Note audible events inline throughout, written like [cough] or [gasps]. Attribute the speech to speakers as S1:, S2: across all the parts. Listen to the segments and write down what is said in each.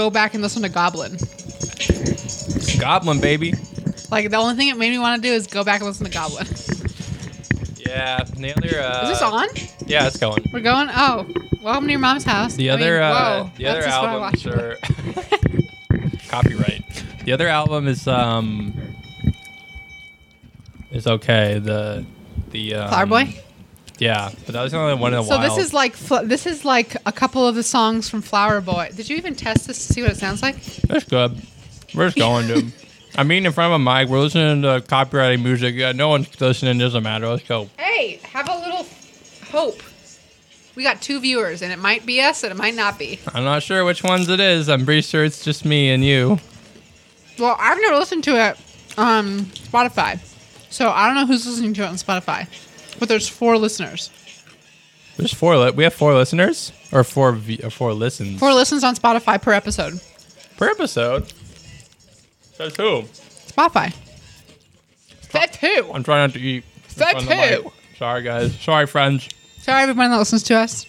S1: go back and listen to Goblin.
S2: Goblin, baby.
S1: Like the only thing it made me want to do is go back and listen to Goblin.
S2: Yeah, and the other. Uh,
S1: is this on?
S2: Yeah, it's going.
S1: We're going. Oh, welcome to your mom's house.
S2: The
S1: I mean,
S2: other, uh,
S1: whoa,
S2: the
S1: that's
S2: other
S1: just what I
S2: albums
S1: watched.
S2: are [laughs] copyright. The other album is um is okay. The the um,
S1: Flowerboy.
S2: Yeah, but that was the only one in a
S1: So
S2: while.
S1: this is like fl- this is like a couple of the songs from Flower Boy. Did you even test this to see what it sounds like? [laughs]
S2: That's good. We're just going to. I'm eating in front of a mic. We're listening to copyrighted music. Yeah, no one's listening. Doesn't matter. Let's go.
S1: Hey, have a little hope. We got two viewers, and it might be us, and it might not be.
S2: I'm not sure which ones it is. I'm pretty sure it's just me and you.
S1: Well, I've never listened to it on Spotify, so I don't know who's listening to it on Spotify. But there's four listeners,
S2: There's four. Li- we have four listeners or four vi- or four listens
S1: four listens on Spotify per episode.
S2: per episode. Says who?
S1: Spotify. That's who.
S2: I'm trying not to eat. in
S1: Says
S2: front of the
S1: who?
S2: mic. Sorry guys. Sorry friends.
S1: Sorry, everyone that listens to us.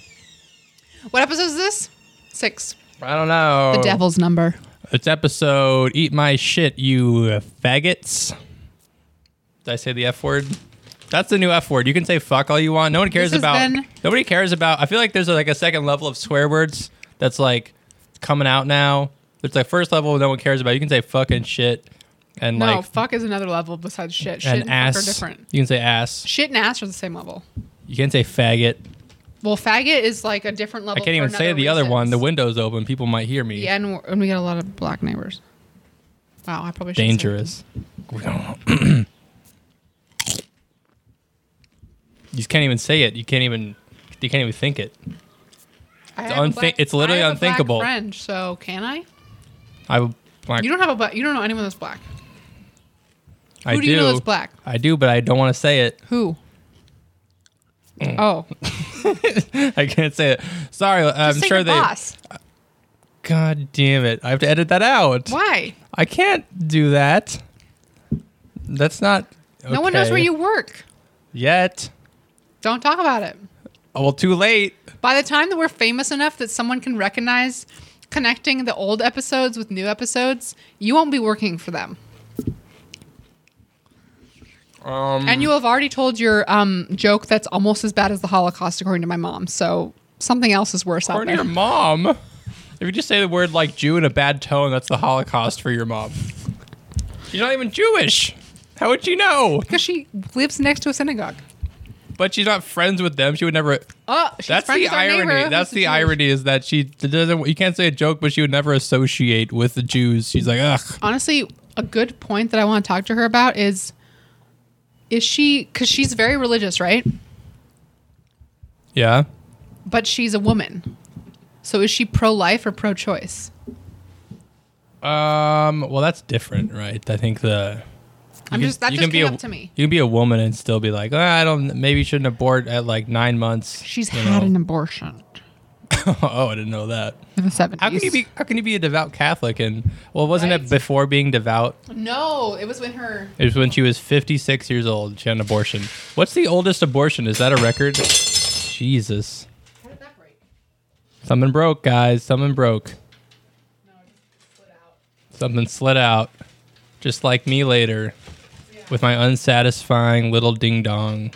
S1: What episode is this? Six.
S2: I don't know.
S1: The devil's number.
S2: It's episode. Eat my shit, you faggots. Did I say the f word? That's the new f word. You can say fuck all you want. No one cares
S1: This has
S2: about.
S1: been-
S2: Nobody cares about. I feel like there's like a second level of swear words that's like coming out now. There's like first level no one cares about. You can say fucking shit and
S1: No,
S2: like
S1: fuck is another level besides shit. Shit and,
S2: and
S1: fuck
S2: ass.
S1: are different.
S2: You can say ass.
S1: Shit and ass are the same level.
S2: You can say faggot.
S1: Well, faggot is like a different
S2: I
S1: level.
S2: can't
S1: Oh, for
S2: even say the
S1: another
S2: other
S1: reason.
S2: one. The window's open. People might hear me.
S1: yeah, and, we're- and we got a lot of black neighbors. Wow, I probably should
S2: dangerous. [clears throat] you can't even say it. You can't even. You can't even think it.
S1: It's,
S2: unthink- it's literally unthinkable.
S1: A black friend, so can I?
S2: I would- like.
S1: You don't have a black. You don't know anyone that's black.
S2: I
S1: Who do, you know that's black?
S2: I do, but I don't want to say it. [laughs]
S1: Who?
S2: Mm.
S1: Oh,
S2: I can't say it. Sorry, I'm
S1: Just say
S2: sure
S1: your
S2: they.
S1: boss.
S2: God damn it! I have to edit that out.
S1: Why?
S2: I can't do that. That's not.
S1: No one knows
S2: okay.
S1: where you work.
S2: yet.
S1: Don't talk about it.
S2: Oh, well, too late.
S1: By the time that we're famous enough that someone can recognize connecting the old episodes with new episodes, you won't be working for them.
S2: Um,
S1: And you have already told your um, joke that's almost as bad as the Holocaust, according to my mom. So something else is worse out
S2: according to
S1: there.
S2: your mom, if you just say the word like Jew in a bad tone, that's the Holocaust for your mom. She's not even Jewish. How would she know?
S1: Because she lives next to a synagogue.
S2: But she's not friends with them. She would never.
S1: Oh, she's
S2: that's
S1: friends
S2: the
S1: with our neighbor
S2: irony.
S1: who's
S2: That's
S1: a
S2: the
S1: Jewish.
S2: irony is that she doesn't. You can't say a joke, but she would never associate with the Jews. She's like, ugh.
S1: Honestly, a good point that I want to talk to her about is is she, because she's very religious, right?
S2: Yeah.
S1: But she's a woman. So is she pro life or pro choice?
S2: Um. Well, that's different, right? I think the.
S1: I'm
S2: you
S1: just, that
S2: you
S1: just came
S2: be a,
S1: up to me.
S2: You can be a woman and still be like, "Ah, I don't. Maybe you shouldn't abort at like nine months.
S1: She's
S2: you
S1: had
S2: know.
S1: an abortion
S2: [laughs] oh, I didn't know that.
S1: in the 70s.
S2: How can you be? How can you be a devout Catholic? And well, wasn't
S1: Right.
S2: it before being devout?
S1: No, it was when her.
S2: It was when she was 56 years old. She had an abortion. What's the oldest abortion? Is that a record? Jesus,
S1: How did that break?
S2: something broke, guys. Something broke.
S1: No, it just split out.
S2: Something slid out, just like me later, with my unsatisfying little ding dong,
S1: Wait,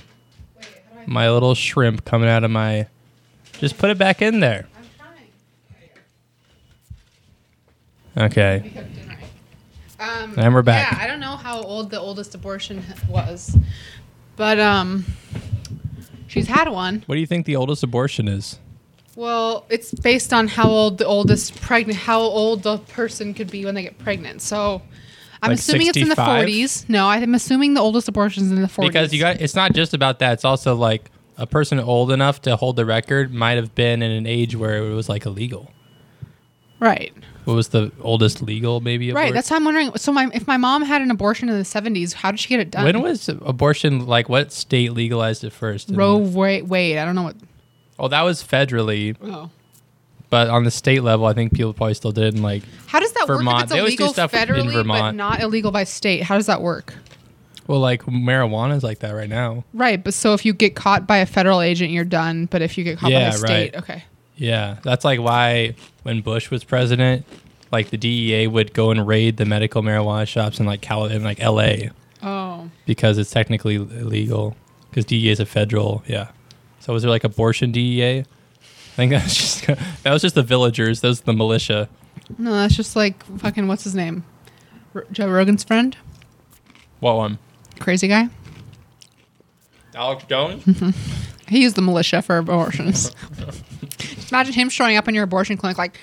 S1: how do I.
S2: my little shrimp coming out of my. Just put it back in there.
S1: I'm trying.
S2: Okay.
S1: cooked and right. Um,
S2: And we're back.
S1: Yeah, I don't know how old the oldest abortion was, but um, she's had one.
S2: What do you think the oldest abortion is?
S1: Well, it's based on how old the oldest pregnant, how old the person could be when they get pregnant. So, I'm
S2: Like
S1: assuming it's in the
S2: 65?
S1: 40s. No, I'm assuming the oldest abortion is in the 40s.
S2: because you got it's not just about that it's also like a person old enough to hold the record might have been in an age where it was like illegal
S1: right,
S2: what was the oldest legal maybe
S1: right.
S2: abort-
S1: That's how I'm wondering. So, my if my mom had an abortion in the 70s, how did she get it done?
S2: when was abortion like what state legalized it first And-
S1: Roe Wa- Wade? I don't know what.
S2: oh that was federally
S1: Oh.
S2: but on the state level i think people probably still did and like
S1: How does that work
S2: Vermont.
S1: if it's
S2: They always do
S1: illegal
S2: stuff in
S1: federally but
S2: Vermont.
S1: not illegal by state? How does that work?
S2: well like marijuana is like that right now
S1: Right, but so if you get caught by a federal agent, you're done. But if you get caught
S2: Yeah,
S1: by a state,
S2: right.
S1: okay.
S2: yeah that's like why when bush was president like the DEA would go and raid the medical marijuana shops in like Cal in like LA
S1: Oh,
S2: because it's technically illegal because DEA is E a federal. Yeah. So was there like abortion DEA? I think [laughs] that's just that was just the villagers. Those the militia.
S1: no, that's just like fucking what's his name, R- Joe Rogan's friend,
S2: What one?
S1: crazy guy.
S2: Alex Jones.
S1: He used the militia for abortions. Imagine him showing up in your abortion clinic like,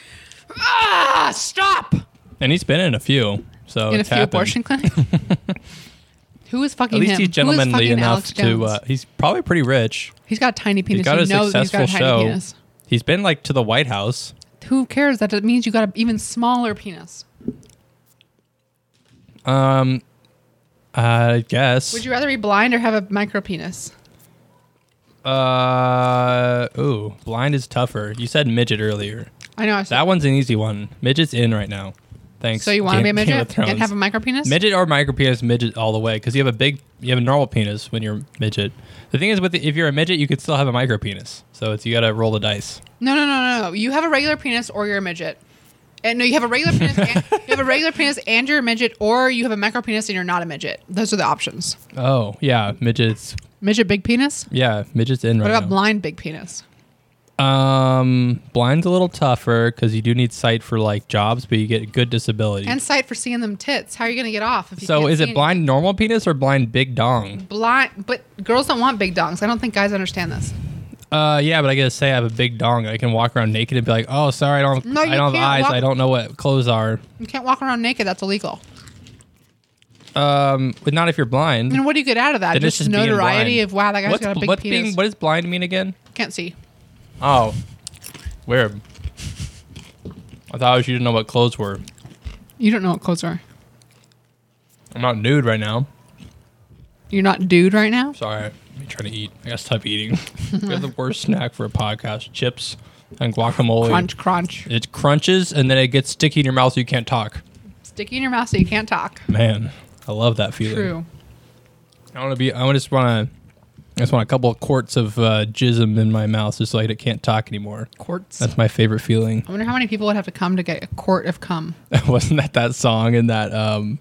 S1: ah, stop!
S2: [laughs] and he's been in a few. So
S1: in a
S2: Oh, it's
S1: few
S2: happened.
S1: abortion
S2: [laughs]
S1: clinics. Who is fucking
S2: At least
S1: him?
S2: he's
S1: Who is
S2: gentlemanly
S1: fucking
S2: enough
S1: Alex Jones?
S2: to. Uh, he's probably pretty rich.
S1: he's got a tiny penis.
S2: He's got
S1: you
S2: a
S1: know that he's got
S2: successful
S1: a tiny
S2: show.
S1: penis.
S2: He's been like to the White House.
S1: Who cares? That just means you got an even smaller penis.
S2: Um, I guess.
S1: Would you rather be blind or have a micro penis?
S2: uh, ooh, blind is tougher. You said midget earlier.
S1: I know. I said,
S2: That one's an easy one. Midget's in right now. Thanks.
S1: so you want to be a
S2: Game- Game of
S1: midget and
S2: Thrones.
S1: have a micro penis?
S2: midget or micro penis? Midget all the way because you have a big, you have a normal penis when you're midget. The thing is, with the, if you're a midget, you could still have a micro penis. So it's you gotta roll the dice.
S1: No, no, no, no, no. You have a regular penis or you're a midget. And no, you have a regular penis. And, you have a regular penis and you're a midget, or you have a micro penis and you're not a midget. Those are the options.
S2: Oh yeah, midgets.
S1: Midget big penis.
S2: Yeah, midgets in right
S1: What
S2: now.
S1: about blind big penis?
S2: Um, blind's a little tougher because you do need sight for like jobs, but you get good disability.
S1: And sight for seeing them tits. How are you gonna get off? If you
S2: so
S1: can't
S2: is
S1: see Mm.
S2: it
S1: any-
S2: blind normal penis or blind big dong?
S1: Blind, but girls don't want big dongs. I don't think guys understand this.
S2: Uh, yeah, but I gotta say I have a big dong. I can walk around naked and be like, oh, sorry, I don't, have,
S1: No,
S2: I
S1: you
S2: don't have
S1: can't
S2: eyes.
S1: walk-
S2: I don't know what clothes are.
S1: You can't walk around naked. That's illegal.
S2: Um, but not if you're blind.
S1: And what do you get out of that?
S2: Then it's
S1: Just,
S2: just being
S1: notoriety
S2: blind.
S1: of wow, that guy's
S2: what's
S1: got a big
S2: what's
S1: penis.
S2: being, what does blind mean again?
S1: Can't see.
S2: Oh, weird. I thought it was you didn't know what clothes were.
S1: You don't know what clothes are.
S2: I'm not nude right now.
S1: You're not dude right now.
S2: Sorry, I'm trying to eat. I gotta
S1: [laughs]
S2: stop eating. You're the worst snack for a podcast: chips and guacamole.
S1: Crunch, crunch.
S2: It crunches and then it gets sticky in your mouth, so you can't talk.
S1: Sticky in your mouth so you can't talk.
S2: Man, I love that feeling.
S1: True.
S2: I want to be. I just want to. I just want a couple of quarts of uh, jism in my mouth, just so I can't talk anymore.
S1: Quartz.
S2: That's my favorite feeling.
S1: I wonder how many people would have to come to get a quart of cum.
S2: [laughs] Wasn't that that song in that um,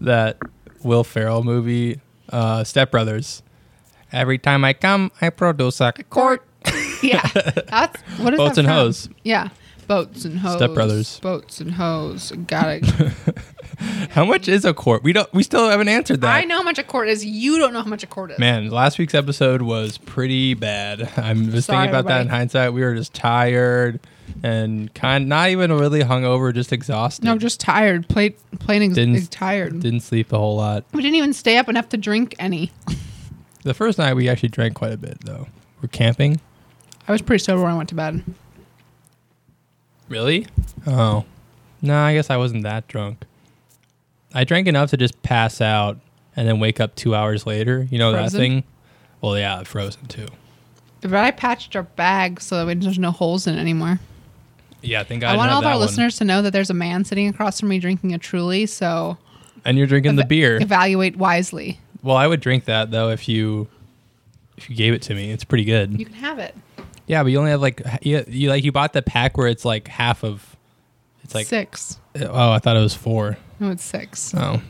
S2: that Will Ferrell movie, uh, Step Brothers? Every time I come, I produce a quart.
S1: [laughs] yeah, that's what is
S2: Boats
S1: that
S2: and
S1: from?
S2: hoes.
S1: Yeah, boats and hoes.
S2: Step Brothers.
S1: Boats and hoes. Got it.
S2: How much is a quart? We don't. We still haven't answered [laughs] that.
S1: I know how much a quart is. You don't know how much a quart is.
S2: Man, last week's episode was pretty bad. [laughs] I'm just
S1: Sorry,
S2: thinking about that in
S1: everybody.
S2: hindsight. We were just tired and kind, not even really hungover, just exhausted.
S1: No, just tired. Played playing ex-
S2: Didn't-
S1: ex- tired.
S2: didn't sleep a whole lot.
S1: we didn't even stay up enough to drink any.
S2: The first night we actually drank quite a bit though. We're camping.
S1: I was pretty sober when I went to bed.
S2: Really? Oh, no. I guess I wasn't that drunk. I drank enough to just pass out and then wake up two hours later. You know
S1: Frozen?
S2: that thing? Well, yeah, frozen too.
S1: But I patched our bag so that we, there's no holes in it anymore.
S2: Yeah, thank God.
S1: I,
S2: I,
S1: want
S2: didn't
S1: all of
S2: have
S1: our
S2: that one.
S1: listeners to know that there's a man sitting across from me drinking a Truly. So
S2: And you're drinking the
S1: eva-
S2: beer.
S1: Evaluate wisely.
S2: Well, I would drink that though if you if you gave it to me. It's pretty good.
S1: You can have it.
S2: yeah, but you only have like h- you, you like you bought the pack where it's like half of it's like
S1: six.
S2: oh I thought it was four.
S1: No, it's six.
S2: Oh,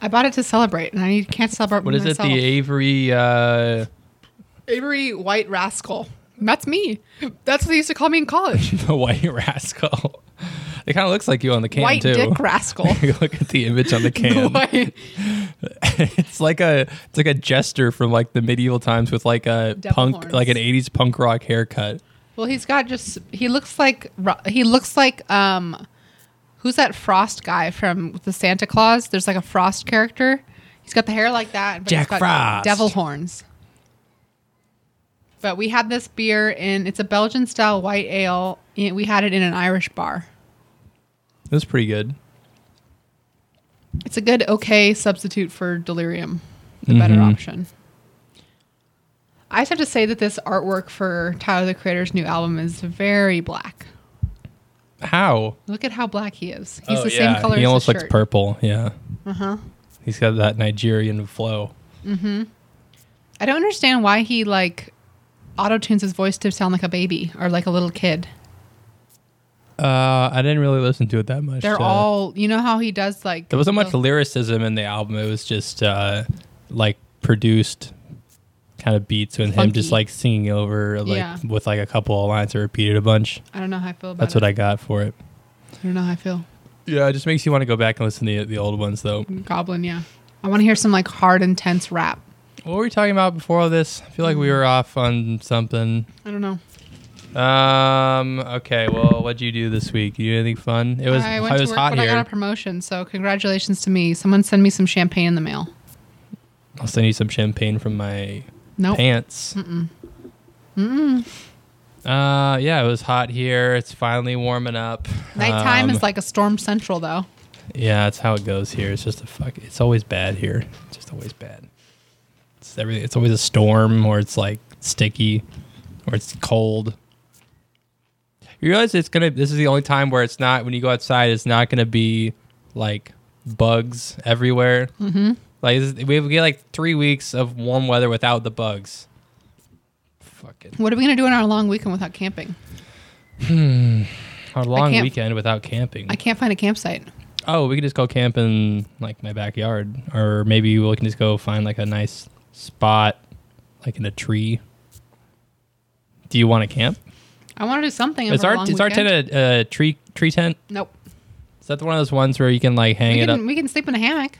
S1: I bought it to celebrate, and I need- can't celebrate.
S2: what is
S1: myself.
S2: it? The Avery. Uh, [laughs]
S1: Avery White Rascal? That's me. That's what they used to call me in college.
S2: the white rascal. [laughs] It kind of looks like you on the [laughs] can
S1: White
S2: too.
S1: Dick Rascal.
S2: You Look at the
S1: [laughs]
S2: image on the [laughs] can.
S1: White-
S2: [laughs] it's like a it's like a jester from like the medieval times with like a
S1: Devil
S2: punk
S1: horns.
S2: like an 80s punk rock haircut.
S1: Well, he's got just he looks like Ro- he looks like um who's that Frost guy from the Santa Claus? There's like a Frost character. He's got the hair like that. But
S2: Jack
S1: he's got
S2: Frost.
S1: Devil horns. But we had this beer in it's a Belgian style white ale. and We had it in an Irish bar.
S2: It was pretty good.
S1: It's a good okay substitute for delirium, the better
S2: Mm-hmm.
S1: option. I just have to say that this artwork for Tyler the Creator's new album is very black.
S2: How?
S1: Look at how black he is. He's
S2: Oh,
S1: the
S2: yeah.
S1: same color
S2: He
S1: as
S2: almost
S1: his
S2: looks
S1: shirt. Uh-huh.
S2: purple. Yeah. He's got that Nigerian flow.
S1: I don't understand why he like auto tunes his voice to sound like a baby or like a little kid.
S2: Uh, I didn't really listen to it that much.
S1: They're
S2: uh,
S1: all, you know how he does like.
S2: There wasn't much
S1: the-
S2: lyricism in the album. It was just uh, like produced kind of beats with him just
S1: Funky.
S2: like singing over like
S1: Yeah.
S2: with like a couple of lines that repeated a bunch.
S1: I don't know how I feel about
S2: That's
S1: it.
S2: what I got for it.
S1: I don't know how I feel.
S2: Yeah, it just makes you want to go back and listen to the, the old ones though.
S1: Goblin, yeah. I want to hear some like hard, intense rap.
S2: What were we talking about before all this? I feel like we were off on something.
S1: I don't know.
S2: Um. Okay. Well, what'd you do this week? You do anything fun? It was.
S1: I
S2: I
S1: went
S2: it
S1: to
S2: was
S1: work,
S2: hot
S1: but I
S2: here.
S1: got a promotion, so congratulations to me. Someone send me some champagne in the mail.
S2: I'll send you some champagne from my
S1: Nope.
S2: pants. Mm-mm. Mm-mm. Uh, yeah, it was hot here. It's finally warming up.
S1: Nighttime
S2: Um,
S1: is like a storm central, though.
S2: Yeah, that's how it goes here. It's just a fuck. It's always bad here. It's just always bad. It's everything. It's always a storm, or it's like sticky, or it's cold. You realize it's gonna. This is the only time where it's not. When you go outside, it's not gonna be like bugs everywhere. Mm-hmm. Like this is- we we get like three weeks of warm weather without the bugs. Fucking
S1: What are we gonna do on our long weekend without camping?
S2: our long
S1: can't-
S2: weekend without camping.
S1: I can't find a campsite.
S2: Oh, we can just go camp in like my backyard, or maybe we can just go find like a nice spot, like in a tree. Do you want to camp?
S1: I want to do something.
S2: Is
S1: over a
S2: our
S1: long
S2: is our
S1: weekend.
S2: tent a, a tree tree tent?
S1: Nope.
S2: Is that the one of those ones where you can like hang
S1: We
S2: it up?
S1: can, we can sleep in a hammock.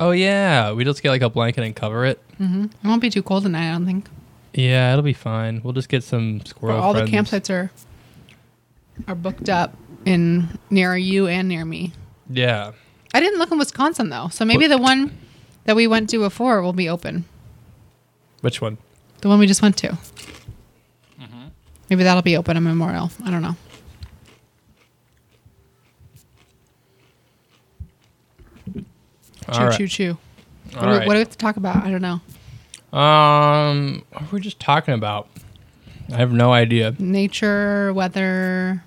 S2: Oh yeah, we just get like a blanket and cover it.
S1: It won't be too cold tonight. I don't think.
S2: Yeah, it'll be fine. We'll just get some squirrel.
S1: all the
S2: friends.
S1: campsites are are booked up in near you and near me.
S2: Yeah,
S1: I didn't look in Wisconsin though, so maybe the
S2: What-
S1: one that we went to before will be open.
S2: which one?
S1: The one we just went to.
S2: Mm-hmm.
S1: Maybe that'll be open on Memorial. I don't know.
S2: All
S1: Choo
S2: right.
S1: choo choo. What,
S2: All
S1: do we,
S2: right.
S1: what do we have to talk about? I don't know.
S2: um, what were we just talking about? I have no idea.
S1: Nature, weather.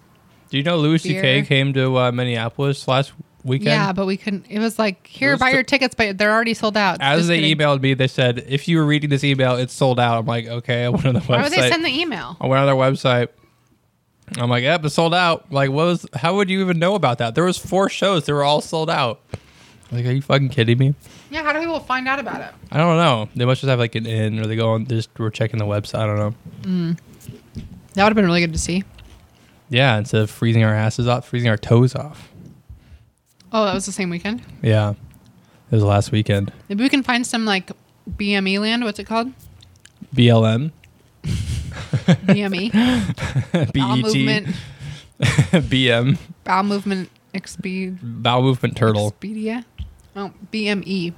S2: Do you know Louis
S1: Beer.
S2: C.K. came to uh, Minneapolis last weekend?
S1: Yeah, but we couldn't. It was like here,
S2: was
S1: buy
S2: the-
S1: your tickets, but they're already sold out.
S2: As
S1: Just
S2: they
S1: kidding.
S2: emailed me, they said, if you were reading this email, it's sold out. I'm like, okay, I went on the
S1: Why would they
S2: website.
S1: send the email?
S2: I went on their website. I'm like, yep, it's sold out. Like, what was, how would you even know about that? There was four shows. They were all sold out. Like, are you fucking kidding me?
S1: Yeah, how do people find out about it?
S2: I don't know. They must just have like an in or they go on, they just were checking the website. I don't know.
S1: That would have been really good to see.
S2: Yeah, instead of freezing our asses off, freezing our toes off.
S1: Oh, that was the same weekend.
S2: Yeah. It was last weekend.
S1: Maybe we can find some like BME land. What's it called?
S2: [laughs] BLM, [laughs] E
S1: BME. E. Bowel
S2: BET,
S1: movement.
S2: [laughs] BM,
S1: Bowel movement. XB.
S2: Bowel Movement Turtle.
S1: Expedia. Oh, BME.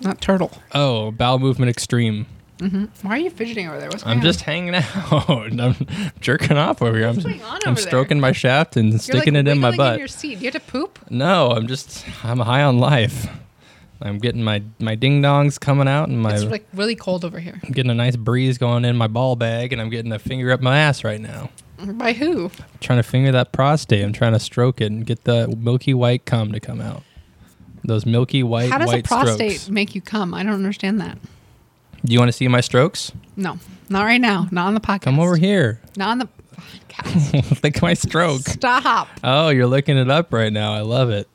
S1: Not turtle.
S2: Oh, Bowel Movement Extreme.
S1: Why are you fidgeting over there? What's going
S2: I'm
S1: on?
S2: just hanging out. [laughs] I'm jerking off over here.
S1: What's
S2: I'm,
S1: going on
S2: I'm
S1: over there?
S2: stroking my shaft and
S1: You're, like,
S2: sticking it in my
S1: wiggling
S2: butt.
S1: your seat. Do you have to poop?
S2: No, I'm just I'm high on life. I'm getting my my ding dongs coming out and my
S1: It's like really cold over here.
S2: I'm getting a nice breeze going in my ball bag and I'm getting a finger up my ass right now.
S1: By who?
S2: I'm trying to finger that prostate. I'm trying to stroke it and get the milky white cum to come out. Those milky white
S1: How does a
S2: white
S1: prostate
S2: strokes.
S1: make you come? I don't understand that.
S2: Do you want to see my strokes?
S1: No, not right now. Not on the podcast.
S2: Come over here. [laughs]
S1: Not on the podcast.
S2: Look at my stroke.
S1: Stop.
S2: Oh, you're looking it up right now. I love it.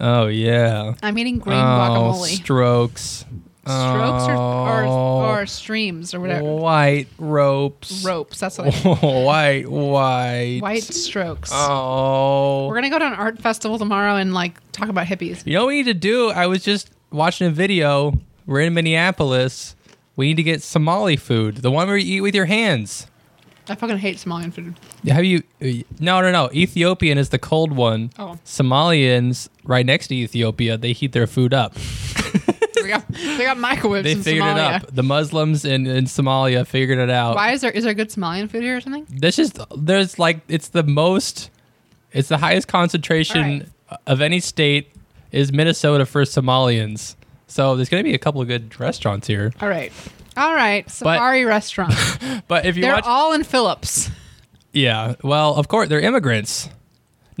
S2: Oh yeah.
S1: I'm eating green
S2: oh,
S1: guacamole.
S2: Strokes.
S1: Strokes or, or,
S2: Oh,
S1: or streams or whatever.
S2: white ropes.
S1: Ropes. That's what I
S2: [laughs] white, white.
S1: White strokes.
S2: Oh.
S1: We're gonna go to an art festival tomorrow and like talk about hippies.
S2: you know what we need to do? I was just watching a video. We're in Minneapolis. We need to get Somali food, the one where you eat with your hands.
S1: I fucking hate Somalian food.
S2: Have you? No, no, no. Ethiopian is the cold one.
S1: Oh.
S2: Somalians, right next to Ethiopia, they heat their food up.
S1: They got, they got microwaves
S2: They
S1: in
S2: figured
S1: Somalia.
S2: it up. The Muslims in, in Somalia figured it out.
S1: Why is there is there good Somalian food here or something?
S2: That's just there's like it's the most, it's the highest concentration of any state is Minnesota for Somalians. So there's gonna be a couple of good restaurants here.
S1: All right, all right. Safari restaurant.
S2: But if [laughs] you
S1: They're
S2: watch,
S1: all in Phillips.
S2: yeah, well, of course they're immigrants.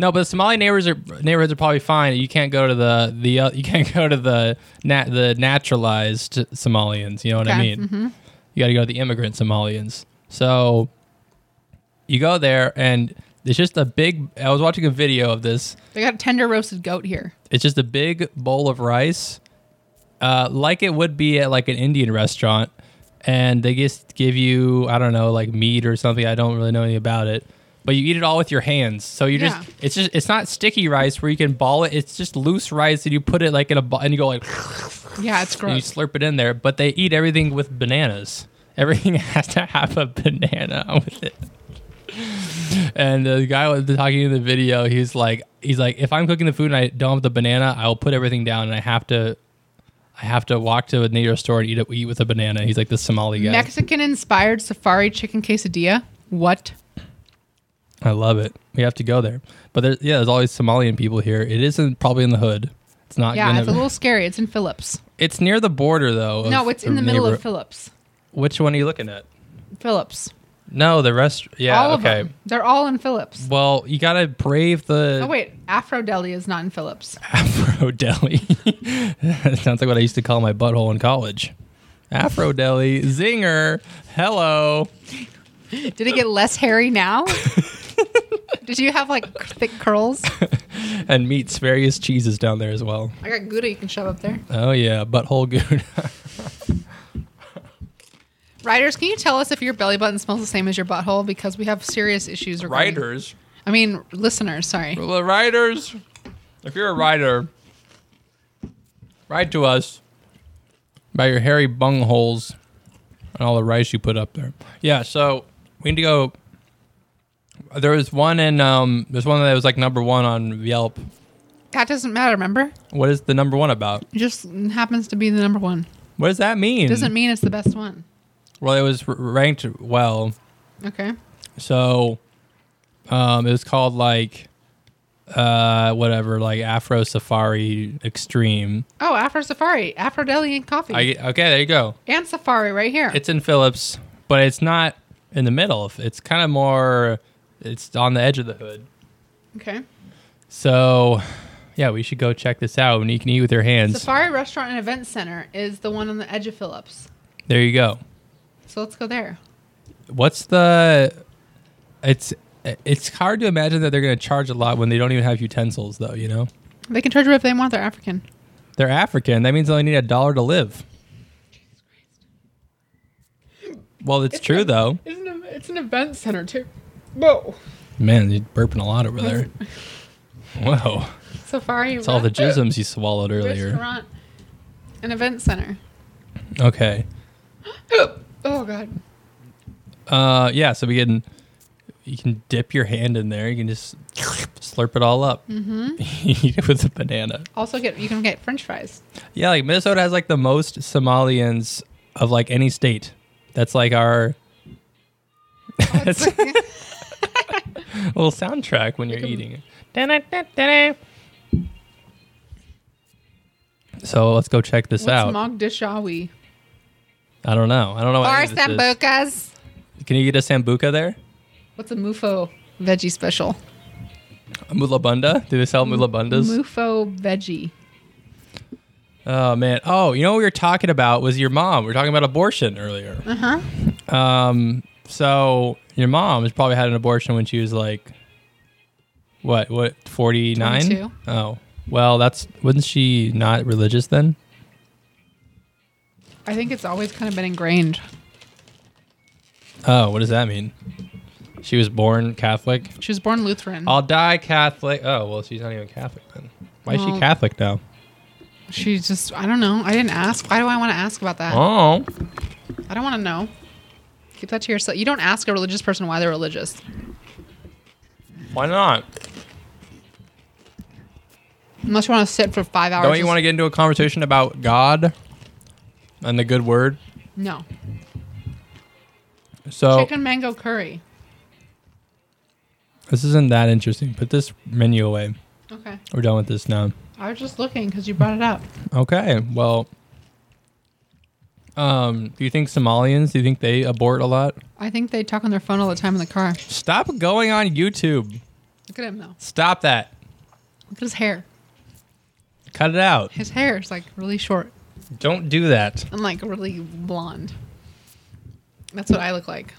S2: No, but Somali neighbors are neighborhoods are probably fine. You can't go to the the uh, you can't [laughs] go to the nat, the naturalized Somalians. You know what I
S1: Okay,
S2: mean? You got to go to the immigrant Somalians. So you go there, and It's just a big. I was watching a video of this.
S1: They got a tender roasted goat here.
S2: It's just a big bowl of rice, uh, like it would be at like an Indian restaurant, and they just give you I don't know like meat or something. I don't really know anything about it, but you eat it all with your hands. So you
S1: Yeah.
S2: just it's just it's not sticky rice where you can ball it. It's just loose rice and you put it like in a ball and you go like
S1: Yeah, it's
S2: and you
S1: gross.
S2: slurp it in there. But they eat everything with bananas. [laughs] Everything has to have a banana [laughs] with it. And the guy was talking in the video. He's like, he's like, if I'm cooking the food and I don't have the banana, I'll put everything down and I have to, I have to walk to a nearest store and eat it, eat with a banana. He's like the Somali guy.
S1: Mexican inspired safari chicken quesadilla. What?
S2: I love it. We have to go there. But there's, yeah, there's always Somalian people here. It isn't probably in the hood. It's not.
S1: yeah,
S2: gonna,
S1: it's a little scary. It's in Phillips.
S2: It's near the border though. of
S1: No, it's in the middle
S2: neighbor-
S1: of Phillips.
S2: Which one are you looking at?
S1: Phillips.
S2: No, the rest. Yeah.
S1: all of
S2: okay.
S1: them. They're all in Phillips.
S2: Well, you gotta brave the
S1: Oh wait, Afro Deli is not in
S2: [laughs]
S1: Phillips.
S2: Afro Deli. [laughs] Sounds like what I used to call my butthole in college. Afro Deli, zinger, hello.
S1: Did it get less hairy
S2: [laughs]
S1: now? Did you have like thick curls?
S2: And meats, various cheeses down there as well.
S1: I got Gouda you can shove up there.
S2: Oh yeah, butthole good. [laughs]
S1: Riders, can you tell us if your belly button smells the same as your butthole? Because we have serious issues. regarding-
S2: Riders,
S1: I mean, listeners, sorry.
S2: the riders. If you're a rider, write to us about your hairy bung holes and all the rice you put up there. Yeah, so we need to go. There was one in um, there's one that was like number one on Yelp.
S1: That doesn't matter, remember?
S2: What is the number one about?
S1: It just happens to be the number one.
S2: What does that mean?
S1: Doesn't mean it's the best one.
S2: well, it was r- ranked well,
S1: Okay.
S2: so um, it was called like uh, whatever, like Afro Safari Extreme.
S1: Oh, Afro Safari, Afro Deli and Coffee,
S2: I, okay, there you go.
S1: and Safari right here.
S2: It's in Phillips, but it's not in the middle. It's kind of more. It's on the edge of the hood.
S1: okay.
S2: So, yeah, we should go check this out. And you can eat with your hands.
S1: Safari Restaurant and Event Center is the one on the edge of Phillips.
S2: There you go.
S1: So let's go there.
S2: What's the? It's it's hard to imagine that they're going to charge a lot when they don't even have utensils, though. You know,
S1: They can charge you if they want. They're African.
S2: they're African. That means they only need a dollar to live. Well, it's, true though.
S1: It's an, it's an event center too. Whoa.
S2: Man, you're burping a lot over there. Whoa,
S1: Safari.
S2: it's all the jisms you swallowed earlier.
S1: Restaurant and event center.
S2: Okay.
S1: Oh god.
S2: Uh, yeah. So we can you can dip your hand in there. You can just slurp it all up. Mm-hmm. [laughs] Eat it with a banana.
S1: Also get you can get French fries.
S2: Yeah, like Minnesota has like the most Somalians of like any state. That's like our
S1: That's
S2: [laughs] little soundtrack when you're eating it.
S1: What's
S2: So let's go check this out.
S1: Mogdishawi?
S2: I don't know. I don't know what
S1: Bar
S2: any of this is.
S1: sambucas.
S2: Can you get a sambuca there?
S1: What's a mufo veggie special?
S2: A mulabunda? Do they sell mulabundas?
S1: Mufo veggie.
S2: Oh man. Oh, you know what we were talking about was your mom. We were talking about abortion earlier. Uh-huh. Um so your mom has probably had an abortion when she was like what, what, forty nine?
S1: 22.
S2: Oh. Well that's wasn't she not religious then?
S1: I think it's always kind of been ingrained.
S2: Oh, what does that mean? She was born Catholic.
S1: She was born Lutheran.
S2: I'll die Catholic. Oh, well, she's not even Catholic then. Why is she
S1: Well-
S2: Catholic now?
S1: She's just I don't know. I didn't ask. Why do I want to ask about that?
S2: Oh,
S1: I don't want to know. Keep that to yourself. You don't ask a religious person why they're religious.
S2: why not?
S1: Unless you want to sit for five hours.
S2: Don't you want to get into a conversation about God and the good word?
S1: No.
S2: So
S1: Chicken mango curry.
S2: this isn't that interesting. Put this menu away.
S1: Okay.
S2: We're done with this now.
S1: I was just looking because you brought it up.
S2: Okay. Well, um, do you think Somalians? Do you think they abort a lot?
S1: I think they talk on their phone all the time in the car.
S2: Stop going on YouTube.
S1: Look at him though.
S2: Stop that.
S1: Look at his hair.
S2: Cut it out.
S1: His hair is like really short
S2: Don't do that.
S1: and like really blonde. That's what I look like.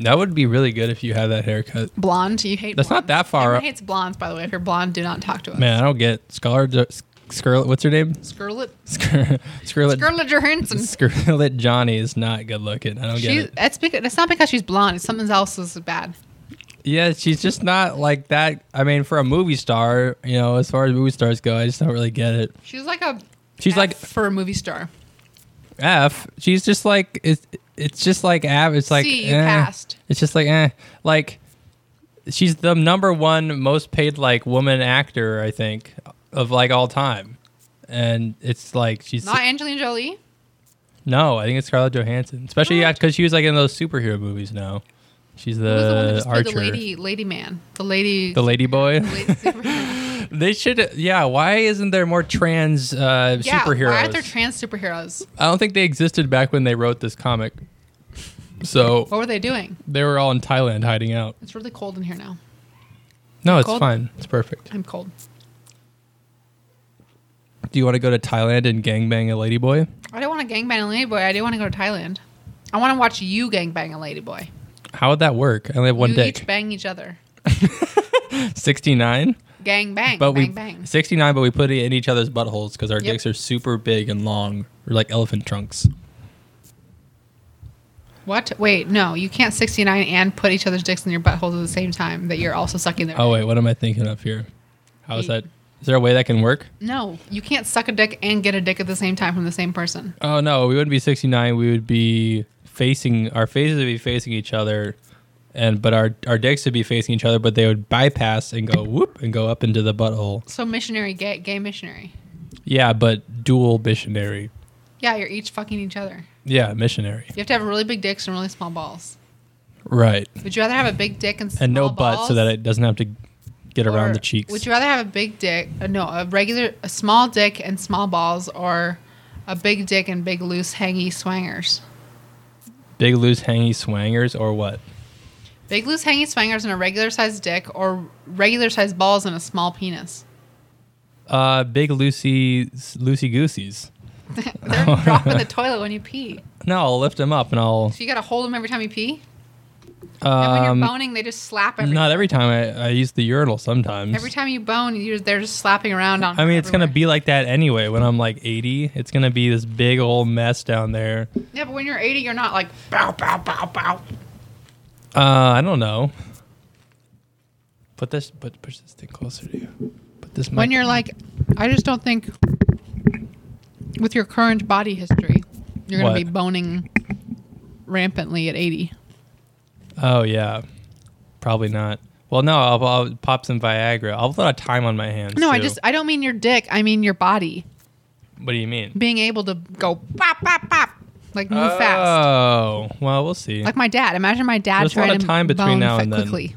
S2: That would be really good if you had that haircut.
S1: Blonde, you hate.
S2: That's not
S1: blondes.
S2: that far
S1: Everyone
S2: up.
S1: hates blondes, by the way. If you're blonde, do not talk to us.
S2: Man, I don't get Scarlet. Scarlet, what's her name? [laughs]
S1: Scarlett,
S2: Scar- Scarlet.
S1: Scarlett Johansson.
S2: Scarlet Johnny is not good looking. I don't get
S1: She,
S2: it.
S1: that's because, it's not because she's blonde. It's something else is bad.
S2: Yeah, she's just not like that. I mean, for a movie star, you know, as far as movie stars go, I just don't really get it.
S1: She's like a.
S2: She's
S1: F
S2: like-
S1: for a movie star.
S2: F. She's just like it's. It's just like Av. It's like
S1: C, you
S2: eh.
S1: passed.
S2: It's just like eh. Like she's the number one most paid like woman actor, I think, of like all time, and it's like she's
S1: Not Angelina Jolie.
S2: no. I think it's Scarlett Johansson, especially
S1: What?
S2: because she was like in those superhero movies now. She's
S1: Who was the one that
S2: the,
S1: just played
S2: archer,
S1: the lady, lady man, the lady,
S2: the lady boy.
S1: the [laughs] lady superhero.
S2: [laughs] They should, yeah. Why isn't there more trans uh,
S1: yeah,
S2: superheroes?
S1: Why aren't there trans superheroes?
S2: I don't think they existed back when they wrote this comic.
S1: [laughs]
S2: So
S1: What were they doing?
S2: they were all in Thailand hiding out.
S1: It's really cold in here now.
S2: No, it's
S1: Cold?
S2: fine. It's perfect.
S1: I'm cold.
S2: Do you want to go to Thailand and gangbang a ladyboy?
S1: I don't want to gangbang a ladyboy. I do want to go to Thailand. I want to watch you gangbang a ladyboy.
S2: How would that work? I only have one
S1: you
S2: dick.
S1: each bang each other.
S2: Sixty nine,
S1: Gang bang,
S2: but
S1: bang
S2: we
S1: bang.
S2: sixty nine, but we put it in each other's buttholes because our
S1: Yep.
S2: dicks are super big and long. We're like elephant trunks.
S1: What? Wait, no, you can't 69 and put each other's dicks in your buttholes at the same time that you're also sucking their.
S2: Oh wait, what am I thinking of here? How is
S1: Eight.
S2: that? Is there a way that can work?
S1: No, you can't suck a dick and get a dick at the same time from the same person.
S2: Oh no, we wouldn't be 69. We would be facing our faces would be facing each other, and but our our dicks would be facing each other, but they would bypass and go whoop and go up into the butthole.
S1: So missionary, gay, gay missionary.
S2: Yeah, but dual missionary.
S1: Yeah, you're each fucking each other.
S2: Yeah, missionary.
S1: You have to have really big dicks and really small balls.
S2: Right,
S1: Would you rather have a big dick and small
S2: and no butt
S1: balls,
S2: so that it doesn't have to get
S1: or
S2: around the cheeks.
S1: Would you rather have a big dick? uh, No, a regular, a small dick and small balls, or a big dick and big loose hangy swangers?
S2: Big loose hangy swangers or what?
S1: Big loose hangy swangers and a regular sized dick, or regular sized balls and a small penis.
S2: Uh, big loosey loosey gooseys.
S1: They're
S2: [laughs]
S1: dropping the toilet when you pee.
S2: No, I'll lift them up and I'll.
S1: So you gotta hold them every time you pee. and when
S2: Um,
S1: you're boning, they just slap every.
S2: not every time. I, I use the urinal sometimes.
S1: Every time you bone, you're, they're just slapping around on.
S2: I mean, it's gonna
S1: everywhere.
S2: be like that anyway. When I'm like 80, it's gonna be this big old mess down there.
S1: Yeah, but when you're 80, you're not like bow bow bow bow.
S2: Uh, I don't know. Put this, put push this thing closer to you. Put this.
S1: When
S2: mic-
S1: you're like, I just don't think with your current body history, you're gonna
S2: What?
S1: be boning rampantly at 80.
S2: Oh yeah, probably not. Well, no, I'll, I'll pop some Viagra. I'll put a time on my hands.
S1: No, I
S2: too.
S1: just I don't mean your dick. I mean your body
S2: What do you mean?
S1: being able to go pop pop pop like move
S2: oh,
S1: fast.
S2: well, we'll see.
S1: Like my dad. Imagine my dad
S2: There's a
S1: trying
S2: lot of
S1: to
S2: time between
S1: bone
S2: now
S1: fa-
S2: and then.
S1: quickly.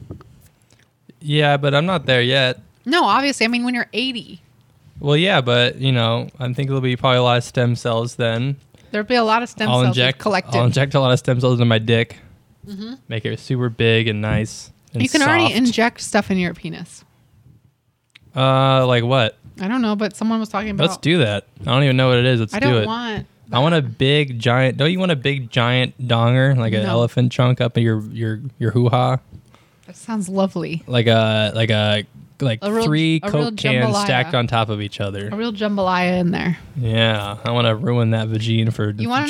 S2: yeah, but I'm not there yet.
S1: No, obviously. I mean when you're 80,
S2: Well, yeah, but you know, I think there'll be probably a lot of stem cells then.
S1: there'll be a lot of stem
S2: I'll
S1: cells
S2: inject
S1: collected. Mm-hmm.
S2: I'll inject a lot of stem cells into my dick, make it super big and nice. And
S1: you can already
S2: soft.
S1: inject stuff in your penis.
S2: Uh, like what?
S1: I don't know, but someone was talking about
S2: Let's do that. I don't even know what it is. Let's
S1: I
S2: do
S1: don't
S2: it.
S1: want
S2: I want a big giant. Don't you want a big giant donger, like an
S1: No.
S2: elephant trunk up in your your your hoo ha,
S1: that sounds lovely.
S2: like a like a like
S1: A real-
S2: three
S1: a real
S2: coke cans
S1: jambalaya.
S2: stacked on top of each other.
S1: A real jambalaya in there.
S2: yeah, I want to ruin that vagine for
S1: You want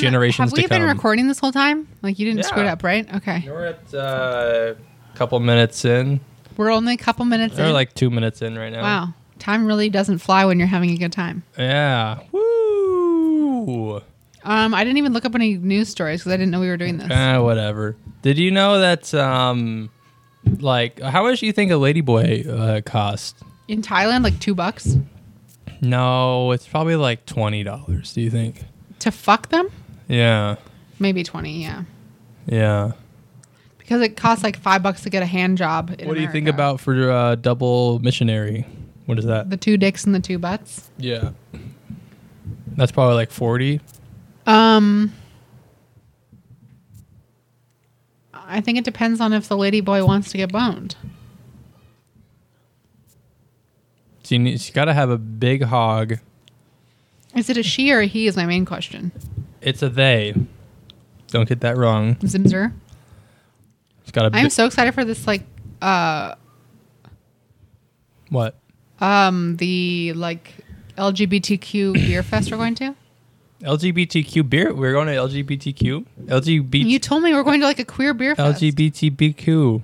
S1: Have
S2: generations
S1: we
S2: to come.
S1: been recording this whole time? Like you didn't screw it
S2: Yeah.
S1: up, right? Okay,
S2: We're at uh, a couple minutes in.
S1: we're only a couple minutes
S2: We're
S1: in.
S2: like uh, two minutes in right now.
S1: wow, time really doesn't fly when you're having a good time.
S2: Yeah. Woo.
S1: Um, I didn't even look up any news stories because I didn't know we were doing this.
S2: Ah, whatever. Did you know that? Um, like, how much do you think a ladyboy uh, cost?
S1: In Thailand, like two bucks
S2: No, it's probably like twenty dollars. Do you think?
S1: to fuck them,
S2: Yeah.
S1: maybe twenty, yeah,
S2: Yeah.
S1: because it costs like five bucks to get a hand job. in
S2: what do you think
S1: America.
S2: about for uh, double missionary? What is that?
S1: the two dicks and the two butts?
S2: Yeah. That's probably like forty.
S1: Um, I think it depends on if the lady boy wants to get boned.
S2: So you need, she's got to have a big hog.
S1: Is it a she or a he? Is my main question.
S2: It's a they. Don't get that wrong.
S1: Zimzer.
S2: It's got a
S1: I'm
S2: big,
S1: so excited for this like uh
S2: what?
S1: um the like LGBTQ beer fest we're going to.
S2: LGBTQ beer. We're going to LGBTQ. LGBT.
S1: You told me we're going to like a queer beer fest.
S2: LGBTQ.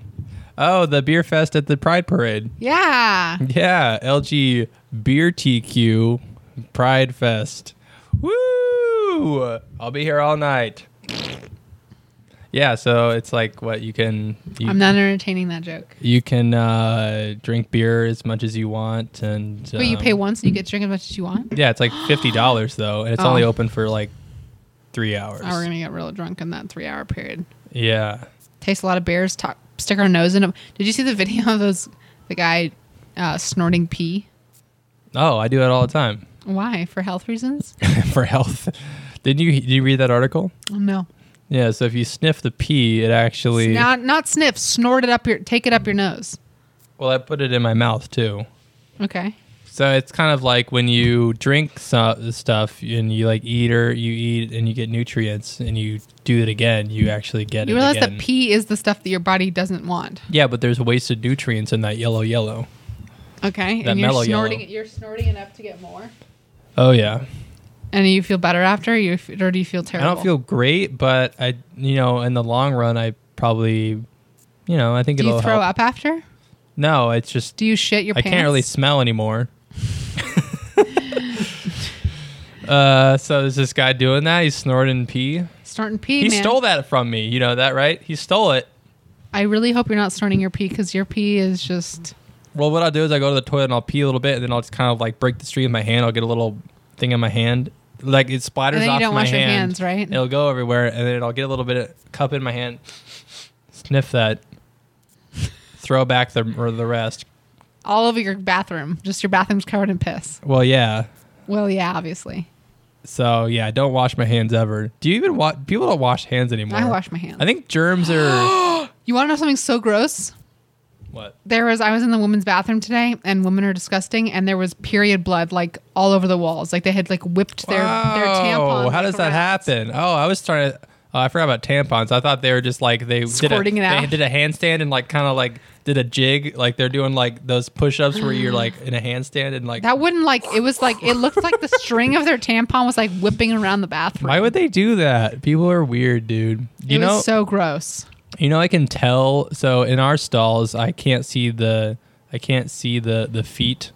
S2: Oh, the beer fest at the Pride Parade.
S1: Yeah.
S2: Yeah, LG Beer TQ Pride Fest. Woo! I'll be here all night. Yeah, so it's like what you can you,
S1: I'm not entertaining that joke.
S2: you can uh, drink beer as much as you want and
S1: But you
S2: um,
S1: pay once and you get to drink as much as you want.
S2: Yeah, it's like fifty dollars
S1: [gasps]
S2: though, and it's only
S1: Oh.
S2: open for like three hours.
S1: Oh, we're gonna get real drunk in that three hour period.
S2: Yeah.
S1: Taste a lot of beers. Talk, stick our nose in them. Did you see the video of those the guy uh, snorting pee?
S2: Oh, I do it all the time [laughs]
S1: Why? For health reasons?
S2: for health. Didn't you? Did you read that article?
S1: Oh, no.
S2: Yeah. So if you sniff the pee, it actually.
S1: Not not sniff. Snort it up your. Take it up your nose.
S2: well, I put it in my mouth too.
S1: Okay.
S2: So it's kind of like when you drink so- stuff and you like eat or you eat and you get nutrients and you do it again, you actually get
S1: You
S2: it
S1: realize
S2: again.
S1: that pee is the stuff that your body doesn't want.
S2: yeah, but there's wasted nutrients in that yellow yellow.
S1: Okay.
S2: That
S1: and you're
S2: mellow
S1: snorting.
S2: yellow.
S1: You're snorting enough to get more.
S2: Oh yeah.
S1: And you feel better after. You f- or do you feel terrible?
S2: I don't feel great, but I you know, in the long run I probably you know, I think
S1: Do
S2: it'll
S1: you throw
S2: help.
S1: up after?
S2: No, it's just
S1: Do you shit your
S2: I
S1: pants?
S2: can't really
S1: [laughs]
S2: smell anymore. uh so there's this guy doing that, he's snorting pee.
S1: snorting pee.
S2: He
S1: man.
S2: stole that from me, you know that, right? He stole it.
S1: I really hope you're not snorting your pee because your pee is just.
S2: Well, what I'll do is I go to the toilet and I'll pee a little bit, and then I'll just kind of like break the stream with my hand. I'll get a little thing in my hand, like it splatters
S1: And then you
S2: off
S1: don't
S2: to my
S1: wash your
S2: hand.
S1: hands, right?
S2: It'll go everywhere, and then I'll get a little bit of cup in my hand, sniff that, throw back the or the rest.
S1: all over your bathroom. Just your bathroom's covered in piss.
S2: Well, yeah.
S1: Well, yeah, obviously.
S2: So yeah, don't wash my hands ever. Do you even wash? People don't wash hands anymore.
S1: I wash my hands.
S2: I think
S1: [gasps]
S2: germs are
S1: You want to know something so gross?
S2: what?
S1: There was I was in the women's bathroom today, and women are disgusting. And there was period blood like all over the walls. Like they had like whipped their their
S2: Wow,
S1: tampons.
S2: Oh, How does that happen? Oh, I was trying to. Oh, I forgot about tampons. I thought they were just like they
S1: Squirting it
S2: did a,
S1: out.
S2: They did a handstand and like kind of like did a jig, like they're doing like those push-ups where you're like in a handstand and like.
S1: That wouldn't like it was like it looked like
S2: [laughs]
S1: the string of their tampon was like whipping around the bathroom.
S2: why would they do that? People are weird, dude. You
S1: it
S2: know,
S1: was so gross.
S2: you know, I can tell. So in our stalls, I can't see the, I can't see the the feet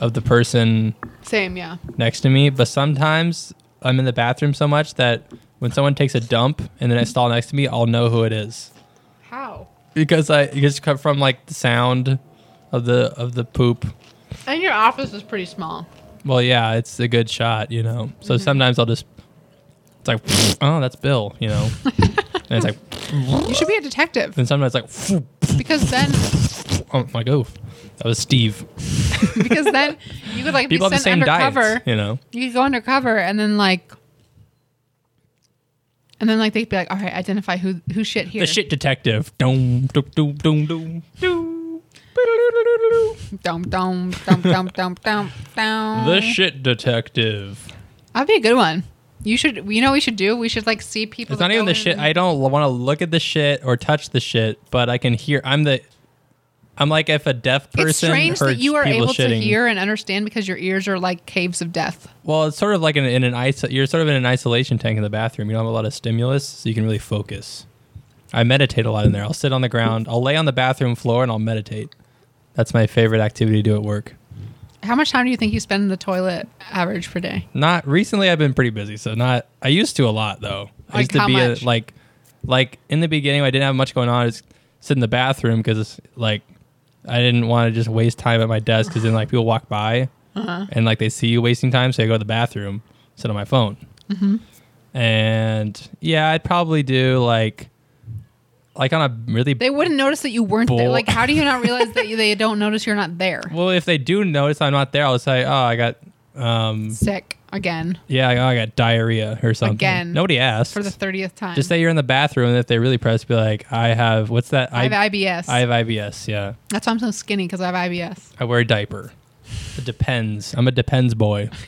S2: of the person
S1: Same, yeah.
S2: next to me, but sometimes I'm in the bathroom so much that when someone takes a dump in the next stall next to me, I'll know who it is.
S1: How?
S2: because I just cut from like the sound of the of the poop.
S1: And your office is pretty small.
S2: Well, yeah, it's a good shot, you know. So
S1: Mm-hmm.
S2: sometimes I'll just it's like, [laughs] oh, that's Bill,
S1: [laughs]
S2: you know. and it's like,
S1: You should be a detective
S2: and sometimes it's like, [laughs]
S1: because then
S2: oh my goof, that was Steve.
S1: because then you could like be
S2: People have
S1: sent
S2: the same
S1: undercover.
S2: diets, you know.
S1: you could go undercover and then like and then like they'd be like all right identify who who shit here
S2: The shit detective. Doom, doom, doom,
S1: [laughs]
S2: doom, doom, doom.
S1: dum dum dum dum dum dum dum
S2: The shit detective.
S1: that'd be a good one you should you know what we should do we should like see people
S2: It's
S1: that
S2: not even
S1: go
S2: the
S1: in
S2: shit.
S1: and-
S2: I don't want to look at the shit or touch the shit, but I can hear. I'm the. I'm like if a deaf person.
S1: it's strange
S2: heard
S1: that you are
S2: people
S1: able to
S2: shitting.
S1: hear and understand because your ears are like caves of death
S2: Well, it's sort of like in, in an iso- You're sort of in an isolation tank in the bathroom. You don't have a lot of stimulus, so you can really focus. I meditate a lot in there. I'll sit on the ground. I'll lay on the bathroom floor and I'll meditate. That's my favorite activity to do at work.
S1: how much time do you think you spend in the toilet average per day
S2: Not recently. I've been pretty busy, so not. I used to a lot though. I
S1: Like
S2: used to
S1: how
S2: be
S1: much?
S2: A, like, like in the beginning, I didn't have much going on. I just sit in the bathroom because like I didn't want to just waste time at my desk because then like people walk by
S1: Uh-huh.
S2: and like they see you wasting time, so I go to the bathroom, sit on my phone,
S1: Mm-hmm.
S2: and yeah, I'd probably do like, like on a really
S1: they wouldn't notice that you weren't there
S2: Bull-
S1: like how do you not realize that you, they don't notice you're not there
S2: well. If they do notice I'm not there, I'll say, oh, I got. Um.
S1: sick again
S2: Yeah, oh, I got diarrhea or something.
S1: Again.
S2: Nobody asked.
S1: for the 30th time
S2: Just say you're in the bathroom, and if they really press, be like, "I have what's that?
S1: I have
S2: I,
S1: IBS.
S2: I have IBS. Yeah,
S1: That's why I'm so skinny because I have IBS.
S2: I wear a diaper. It depends. I'm a depends boy. [laughs]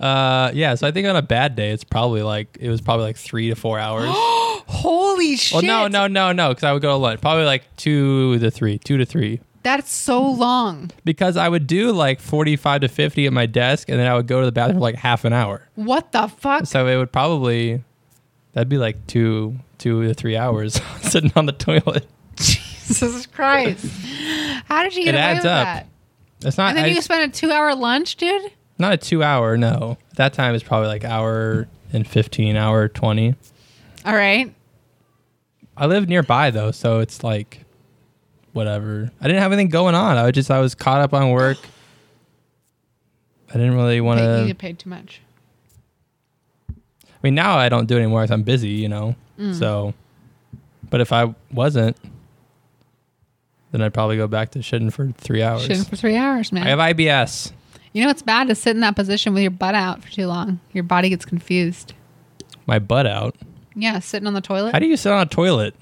S2: Uh, yeah, so I think on a bad day, it's probably like it was probably like three to
S1: [gasps]
S2: four hours.
S1: Holy
S2: well,
S1: shit.
S2: no, no, no, no, because I would go to lunch. Probably like two to three, two to three,
S1: That's so long.
S2: because I would do like forty-five to fifty at my desk, and then I would go to the bathroom for like half an hour.
S1: What the fuck?
S2: So it would probably that'd be like two, two to three hours [laughs] sitting on the toilet.
S1: [laughs] Jesus Christ. How did you get
S2: It
S1: away
S2: adds
S1: with
S2: up.
S1: that?
S2: That's not
S1: And then
S2: I-
S1: you spent a two hour lunch, dude?
S2: not a two-hour. No, At that time is probably like hour and fifteen, hour twenty.
S1: All right.
S2: I live nearby though, so it's like whatever. I didn't have anything going on. I was just I was caught up on work. I didn't really want
S1: Pay- you
S2: to.
S1: get paid too much.
S2: I mean, now I don't do it anymore because I'm busy, you know.
S1: Mm.
S2: So, but if I wasn't, then I'd probably go back to shitting for three hours.
S1: Shitting for three hours, man.
S2: I have IBS.
S1: you know what's bad to sit in that position with your butt out for too long. Your body gets confused.
S2: My butt out.
S1: Yeah, sitting on the toilet.
S2: How do you sit on a toilet?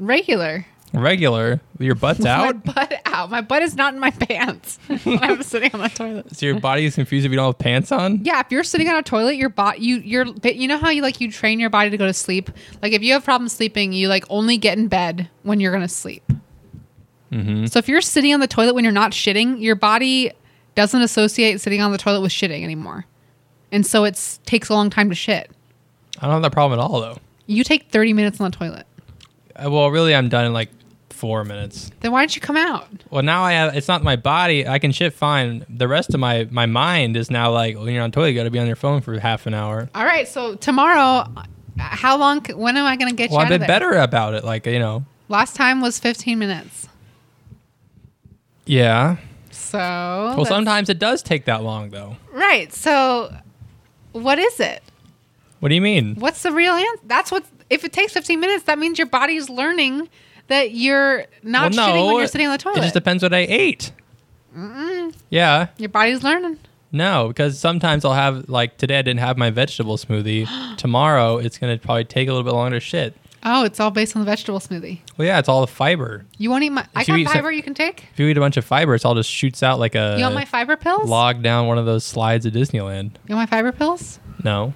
S1: Regular.
S2: Regular,
S1: [laughs]
S2: your butt's
S1: My
S2: out.
S1: butt out. My butt is not in my [laughs] pants. when I'm sitting on the toilet.
S2: So your body is confused if you don't have pants on.
S1: Yeah, if you're sitting on a toilet, your body, you, you're, but you know how you like you train your body to go to sleep. Like if you have problems sleeping, you like only get in bed when you're gonna sleep.
S2: Mm-hmm.
S1: So if you're sitting on the toilet when you're not shitting, your body doesn't associate sitting on the toilet with shitting anymore, and so it takes a long time to shit.
S2: I don't have that problem at all though.
S1: You take 30 minutes on the toilet.
S2: Uh, Well, really, I'm done in like four minutes.
S1: Then why didn't you come out?
S2: Well, now I have. It's not my body. I can shit fine. The rest of my my mind is now like when you're on toilet, you got to be on your phone for half an hour.
S1: All right, so tomorrow, uh, how long? c- When am I gonna get
S2: Well,
S1: you
S2: I've
S1: out of
S2: been
S1: there?
S2: better about it. Like you know,
S1: Last time was 15 minutes.
S2: yeah.
S1: So
S2: Well,
S1: let's-
S2: sometimes it does take that long though.
S1: Right. So, what is it?
S2: What do you mean?
S1: What's the real answer? That's what. If it takes 15 minutes, that means your body's learning that you're not
S2: well,
S1: shitting
S2: no.
S1: when you're sitting on the toilet.
S2: It just depends what I ate. Yeah.
S1: your body's learning.
S2: No, because sometimes I'll have like today I didn't have my
S1: [gasps]
S2: vegetable smoothie. Tomorrow it's gonna probably take a little bit longer to shit.
S1: Oh, it's all based on the vegetable smoothie.
S2: Well, yeah, it's all the fiber.
S1: You won't eat my. I
S2: If you
S1: got
S2: eat some-
S1: fiber you can take.
S2: If you eat a bunch of fiber, it's all just shoots out like a
S1: You want my fiber pills?
S2: log down one of those slides at Disneyland.
S1: You want my fiber pills?
S2: No.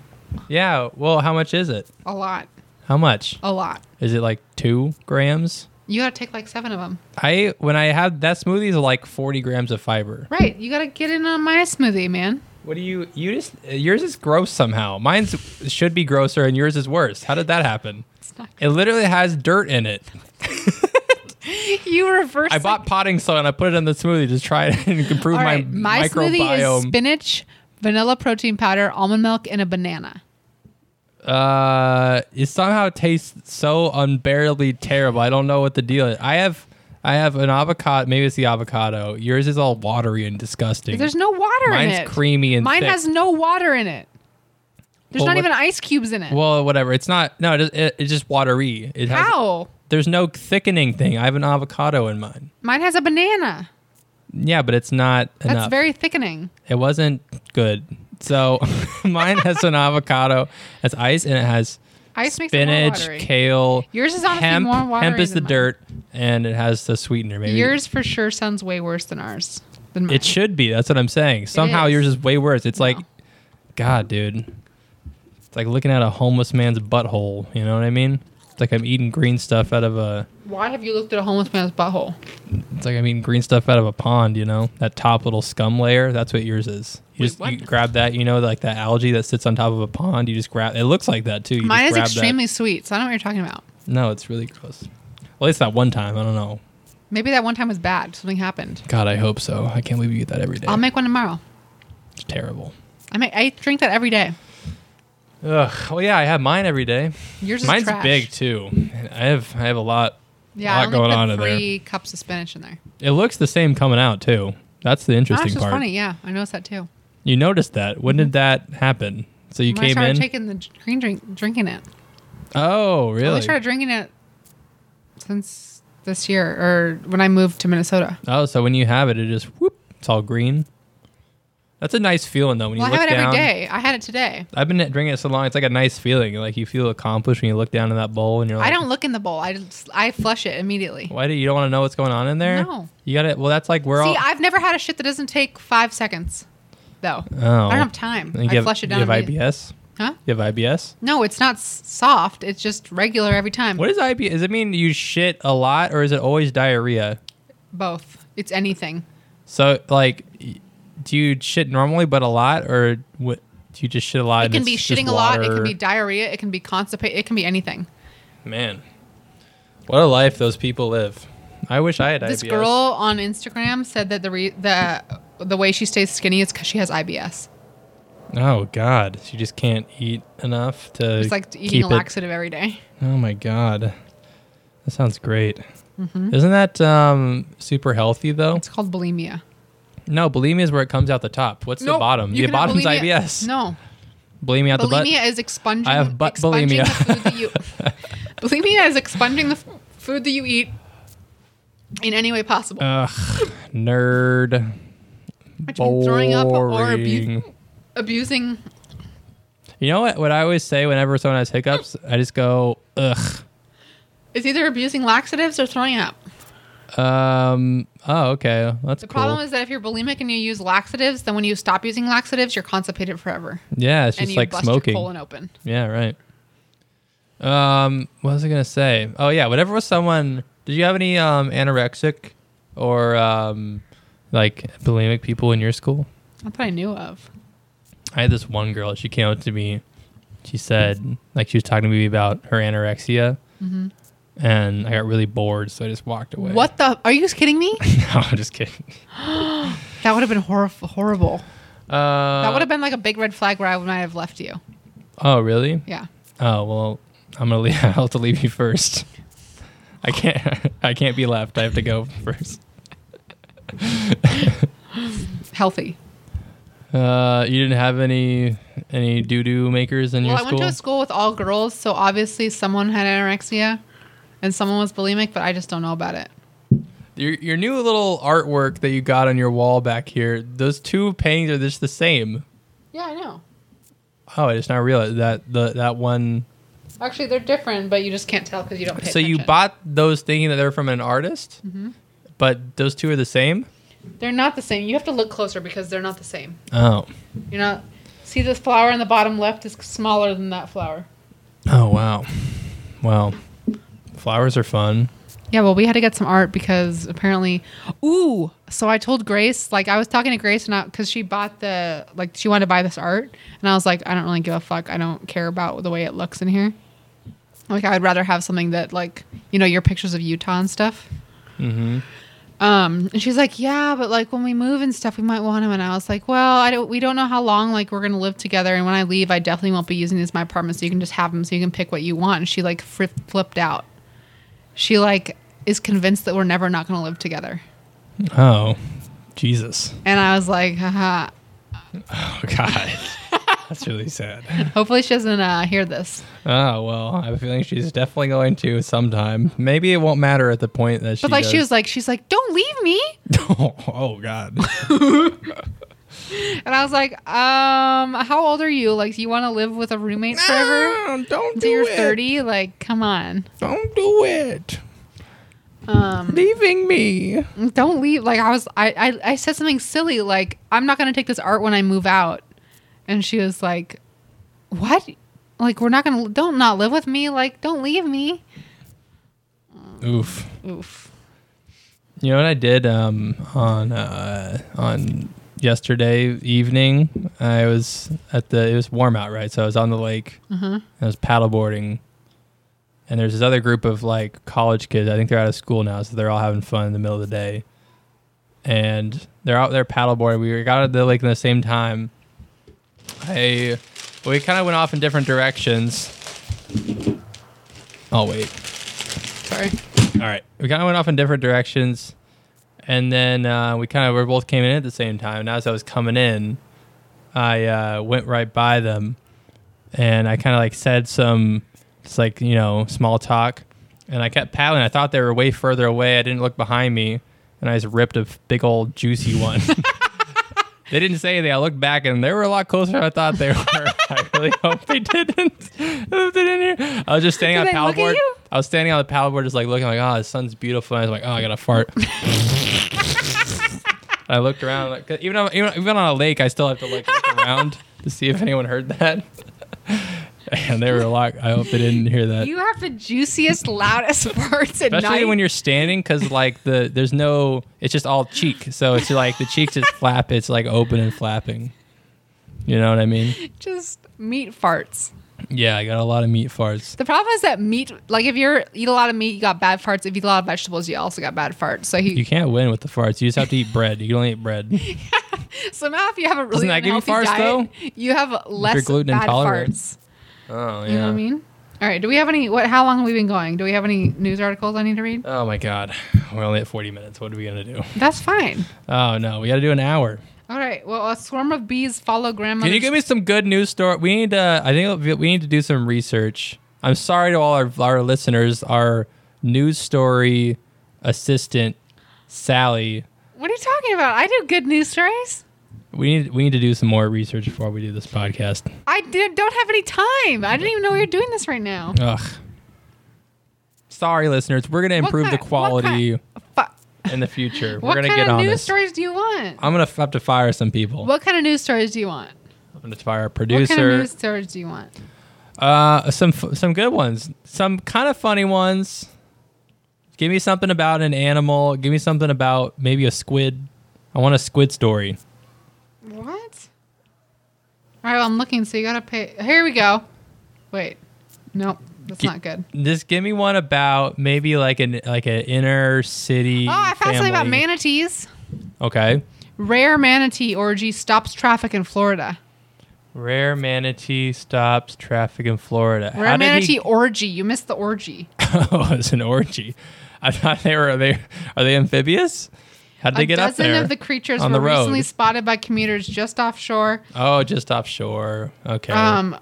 S2: Yeah. Well, how much is it?
S1: A lot.
S2: How much
S1: A lot.
S2: is it? Like two grams.
S1: You gotta take like seven of them.
S2: I when I have that smoothie is like forty grams of fiber.
S1: Right. You gotta get in on my smoothie, man.
S2: What do you? You just yours is gross somehow. Mine's should be grosser and yours is worse. How did that happen?
S1: It's not.
S2: It literally has dirt in it.
S1: [laughs] You reverse.
S2: I bought potting soil and I put it in the smoothie to try [laughs] and improve
S1: All right,
S2: my,
S1: my smoothie is
S2: microbiome.
S1: spinach, vanilla protein powder, almond milk, and a banana.
S2: uh, it somehow tastes so unbearably terrible. I don't know what the deal is. I have I have an avocado. Maybe it's the avocado. Yours is all watery and disgusting.
S1: There's no water
S2: Mine's
S1: in it.
S2: creamy and
S1: Mine
S2: thick.
S1: has no water in it. There's
S2: Well,
S1: not
S2: what-
S1: even ice cubes in it.
S2: well, whatever. It's not. No, it, is- it, it's just watery. It has,
S1: How?
S2: There's no thickening thing. I have an avocado in mine.
S1: Mine has a banana.
S2: Yeah, but it's not
S1: That's
S2: enough.
S1: very thickening.
S2: It wasn't good. So [laughs] mine has an avocado, has ice, and it has
S1: Ice makes it more
S2: spinach,
S1: watery.
S2: kale.
S1: Yours is honestly
S2: hemp.
S1: more watery
S2: Hemp is the
S1: than mine.
S2: dirt, and it has the sweetener. Maybe
S1: Yours for sure sounds way worse than ours. Than mine.
S2: It should be. That's what I'm saying. Somehow
S1: is.
S2: yours is way worse. It's like,
S1: No.
S2: God, dude. It's like looking at a homeless man's butthole. You know what I mean? It's like I'm eating green stuff out of a.
S1: Why have you looked at a homeless man's butthole?
S2: It's like I'm eating green stuff out of a pond. You know that top little scum layer. That's what yours is. You
S1: Wait,
S2: just you
S1: what?
S2: grab that. You know like that algae that sits on top of a pond. You just grab. It looks like that too. You
S1: Mine
S2: just
S1: is
S2: grab that.
S1: extremely sweet, so I don't know what you're talking about.
S2: No, it's really gross. Well, at least that one time. I don't know.
S1: Maybe that one time was bad. Something happened.
S2: God, I hope so. I can't believe you get that every day.
S1: I'll make one tomorrow.
S2: it's terrible.
S1: I make, I drink that every day.
S2: Ugh. Well, yeah, I have mine every day.
S1: Yours is
S2: Mine's
S1: trash.
S2: big too. I have I have a lot.
S1: Yeah, I
S2: lot
S1: only
S2: going
S1: put
S2: on in there.
S1: three cups of spinach in there.
S2: It looks the same coming out too. That's the
S1: That's
S2: interesting
S1: just
S2: part.
S1: funny. Yeah, I noticed that too.
S2: You noticed that. When did that happen? So you
S1: when I
S2: came
S1: started
S2: in.
S1: taking the green drink, drinking it.
S2: oh,
S1: I
S2: really?
S1: only started drinking it since this year or when I moved to Minnesota.
S2: oh, so when you have it, it just whoop. It's all green. That's a nice feeling though. When
S1: Well, I
S2: you look
S1: have it
S2: down.
S1: every day. I had it today.
S2: I've been drinking it so long. It's like a nice feeling. Like you feel accomplished when you look down in that bowl and you're like,
S1: I don't look in the bowl. I just, I flush it immediately.
S2: Oh, Why do you don't want to know what's going on in there?
S1: No.
S2: You got to Well, that's like we're
S1: See,
S2: all.
S1: I've never had a shit that doesn't take five seconds. though.
S2: Oh.
S1: I don't have time.
S2: You
S1: I
S2: have,
S1: flush it
S2: you
S1: down.
S2: have
S1: immediately.
S2: IBS?
S1: Huh?
S2: You have IBS?
S1: No, it's not s- soft. It's just regular every time.
S2: What is IBS? Does it mean you shit a lot or is it always diarrhea?
S1: Both. It's anything.
S2: So, like, y- do you shit normally but a lot or what? Do you just shit a lot?
S1: It
S2: and
S1: can
S2: it's
S1: be
S2: just
S1: shitting a lot. It
S2: water?
S1: can be diarrhea. It can be constipation. It can be anything.
S2: Man, what a life those people live. I wish I had
S1: This
S2: IBS.
S1: girl on Instagram said that the re- the the way she stays skinny is because she has IBS.
S2: Oh God, she just can't eat enough to.
S1: It's like eating
S2: keep
S1: a
S2: it-
S1: laxative every day.
S2: Oh my God, that sounds great.
S1: Mm-hmm.
S2: Isn't that um, super healthy though?
S1: It's called bulimia.
S2: No, bulimia is where it comes out the top. What's the
S1: Nope,
S2: bottom?
S1: you
S2: The
S1: can have
S2: bottom's
S1: bulimia.
S2: IBS.
S1: No,
S2: bulimia out the butt.
S1: bulimia is expunging.
S2: I have butt
S1: expunging
S2: bulimia.
S1: The food that
S2: [laughs]
S1: you, bulimia is expunging the f- food that you eat in any way possible,
S2: Ugh, nerd.
S1: which means throwing up or abu-
S2: Boring.
S1: abusing.
S2: You know what? What I always say whenever someone has hiccups, I just go ugh.
S1: It's either abusing laxatives or throwing up.
S2: Um. Oh, okay. That's
S1: The
S2: cool.
S1: problem is that if you're bulimic and you use laxatives, then when you stop using laxatives, you're constipated forever,
S2: yeah, it's
S1: and
S2: just
S1: you
S2: like
S1: bust
S2: smoking.
S1: your colon open.
S2: Yeah, right. Um, what was I gonna say? Oh yeah, whatever was someone. Did you have any um anorexic or um like bulimic people in your school?
S1: Not that I knew of.
S2: I had this one girl. She came up to me. She said like she was talking to me about her anorexia, and I got really bored, so I just walked away.
S1: Mm-hmm. What the? Are you kidding me?
S2: [laughs] no, I'm just kidding.
S1: that would have been hor- horrible.
S2: Uh,
S1: That would have been like a big red flag where I might have left you.
S2: Oh really?
S1: Yeah.
S2: Oh well, I'm gonna leave. [laughs] I'll have to leave you first. I can't. [laughs] I can't be left. I have to go first.
S1: Healthy.
S2: Uh, you didn't have any any doo doo makers in
S1: Well,
S2: your
S1: I
S2: school.
S1: went to a school with all girls, so obviously someone had anorexia and someone was bulimic, but I just don't know about it.
S2: your your new little artwork that you got on your wall back here. Those two paintings are just the same.
S1: Yeah, I know.
S2: Oh, I just now realized that the that one.
S1: Actually, they're different, but you just can't tell because you don't pay
S2: so you
S1: attention. Mm-hmm.
S2: bought those thinking that they're from an artist, but those two are the same.
S1: They're not the same. You have to look closer because they're not the same.
S2: Oh.
S1: You're not. See this flower in the bottom left is smaller than that flower.
S2: Oh wow, wow. Flowers are fun.
S1: Yeah, well, we had to get some art because apparently, ooh. So I told Grace, like, I was talking to Grace, and because she bought the, like, she wanted to buy this art, and I was like, I don't really give a fuck. I don't care about the way it looks in here. Like, I'd rather have something that, like, you know, your pictures of Utah and stuff.
S2: Mm-hmm.
S1: Um, and she's like, yeah, but like when we move and stuff, we might want them. And I was like, well, I don't. We don't know how long like we're gonna live together. And when I leave, I definitely won't be using these in my apartment. So you can just have them. So you can pick what you want. And she like fri flipped out. She like is convinced that we're never not gonna live together.
S2: Oh, Jesus.
S1: And I was like, haha.
S2: Oh God. [laughs] That's really sad.
S1: Hopefully she doesn't uh, hear this.
S2: Oh well, I have a feeling she's definitely going to sometime. Maybe it won't matter at the point that she.
S1: But like
S2: does.
S1: she was like, she's like, don't leave me.
S2: [laughs] oh, oh God.
S1: And I was like, um, how old are you? Like, do you want to live with a roommate [laughs] forever?
S2: No, don't
S1: Until you're 30? Like, come on.
S2: Don't do it.
S1: Um,
S2: Leaving me.
S1: don't leave like i was I, I i said something silly like i'm not gonna take this art when i move out and she was like what like we're not gonna don't not live with me like don't leave me
S2: Oof.
S1: oof
S2: You know what I did um, on uh, on yesterday evening? I was at the it was warm out, right? So I was on the lake. And I was paddleboarding, and there's this other group of like college kids. I think they're out of school now, so they're all having fun in the middle of the day. And they're out there paddleboarding. We got out to the lake at the same time. I we kind of went off in different directions. Oh wait.
S1: sorry
S2: All right. We kind of went off in different directions. And then uh, we kind of we both came in at the same time. And as I was coming in, I uh, went right by them. And I kind of like said some, just like, you know, small talk. And I kept paddling. I thought they were way further away. I didn't look behind me. And I just ripped a big old juicy
S1: [laughs]
S2: one. they didn't say anything. I looked back and they were a lot closer than I thought they were. [laughs] I really hope they didn't. [laughs] I hope they didn't hear. I was just standing
S1: Did
S2: on
S1: they
S2: a
S1: look at
S2: paddleboard.
S1: you?
S2: I was standing on the paddleboard, just like looking, like, oh, the sun's beautiful. And I was like, oh, I got to fart. I I looked around, like, 'cause even, on, even even on a lake, I still have to like
S1: [laughs]
S2: look around to see if anyone heard that. [laughs] and they were like, "I hope they didn't hear that."
S1: You have the juiciest, loudest [laughs] parts at
S2: Especially
S1: night.
S2: when you're standing, because like the there's no, it's just all cheek. So it's like the cheeks just flap. It's like open and flapping. You know what I mean?
S1: just meat farts.
S2: Yeah, I got a lot of meat farts.
S1: The problem is that meat, like if you eat a lot of meat, you got bad farts. If you eat a lot of vegetables, you also got bad farts. So he,
S2: You can't win with the farts. You just have to eat bread. You can only
S1: [laughs]
S2: eat bread.
S1: so now if you have a really
S2: Doesn't that give you
S1: unhealthy
S2: farts,
S1: diet, you have less
S2: gluten
S1: bad
S2: intolerant.
S1: farts.
S2: Oh yeah.
S1: You know what I mean? All right. Do we have any? What? How long have we been going? Do we have any news articles I need to read?
S2: Oh my god, we're only at 40 minutes. What are we gonna do?
S1: That's fine.
S2: Oh no, we got to do an hour.
S1: All right. Well, a swarm of bees follow grandmother.
S2: Can you give me some good news story? We need to. I think we need to do some research. I'm sorry to all our, our listeners. Our news story assistant Sally.
S1: What are you talking about? I do good news stories.
S2: We need we need to do some more research before we do this podcast.
S1: I did, don't have any time. I didn't even know we were doing this right now.
S2: Ugh. Sorry, listeners. We're gonna
S1: What
S2: improve
S1: kind-
S2: the
S1: what
S2: quality
S1: Fu-
S2: in the future. We're
S1: What
S2: gonna
S1: kind
S2: get
S1: of
S2: on
S1: news
S2: this. Oh.
S1: stories do you want?
S2: I'm gonna f- have to fire some people.
S1: What kind of news stories do you want?
S2: I'm gonna fire a
S1: What kind of
S2: producer.
S1: news stories do you want?
S2: Uh, some f- some good ones, some kind of funny ones. Give me something about an animal. Give me something about maybe a squid. I want a squid story.
S1: What? All right, well, I'm looking, so you gotta pay. Here we go. Wait, nope, that's
S2: Gi-
S1: not good.
S2: Just give me one about maybe like an like an inner city.
S1: Oh, I found something about
S2: family.
S1: manatees.
S2: Okay,
S1: Rare manatee orgy stops traffic in Florida.
S2: rare manatee stops traffic in Florida.
S1: Rare
S2: How did
S1: manatee
S2: he-
S1: orgy. You missed the orgy.
S2: [laughs] oh, it's an orgy. I thought they were. Are they are they amphibious? How did they
S1: a
S2: get up
S1: dozen
S2: there?
S1: of the creatures
S2: on
S1: were
S2: the road?
S1: recently spotted by commuters just offshore.
S2: oh, just offshore. Okay.
S1: Um,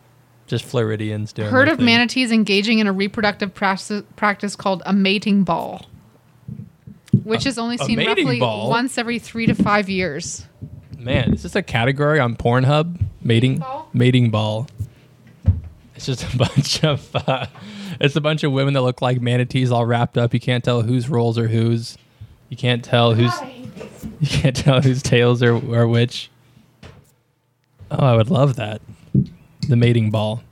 S2: just Floridians doing.
S1: herd
S2: their
S1: of
S2: thing.
S1: manatees engaging in a reproductive practice, practice called a mating ball, which is only
S2: a
S1: seen
S2: mating
S1: roughly
S2: ball?
S1: once every three to five years.
S2: Man, is this a category on Pornhub? Mating
S1: Ball?
S2: mating ball. It's just a [laughs] bunch of uh, it's a bunch of women that look like manatees all wrapped up. You can't tell whose rolls are whose. You can't tell who's [laughs] you can't tell whose tails are are which. Oh, I would love that. The mating ball.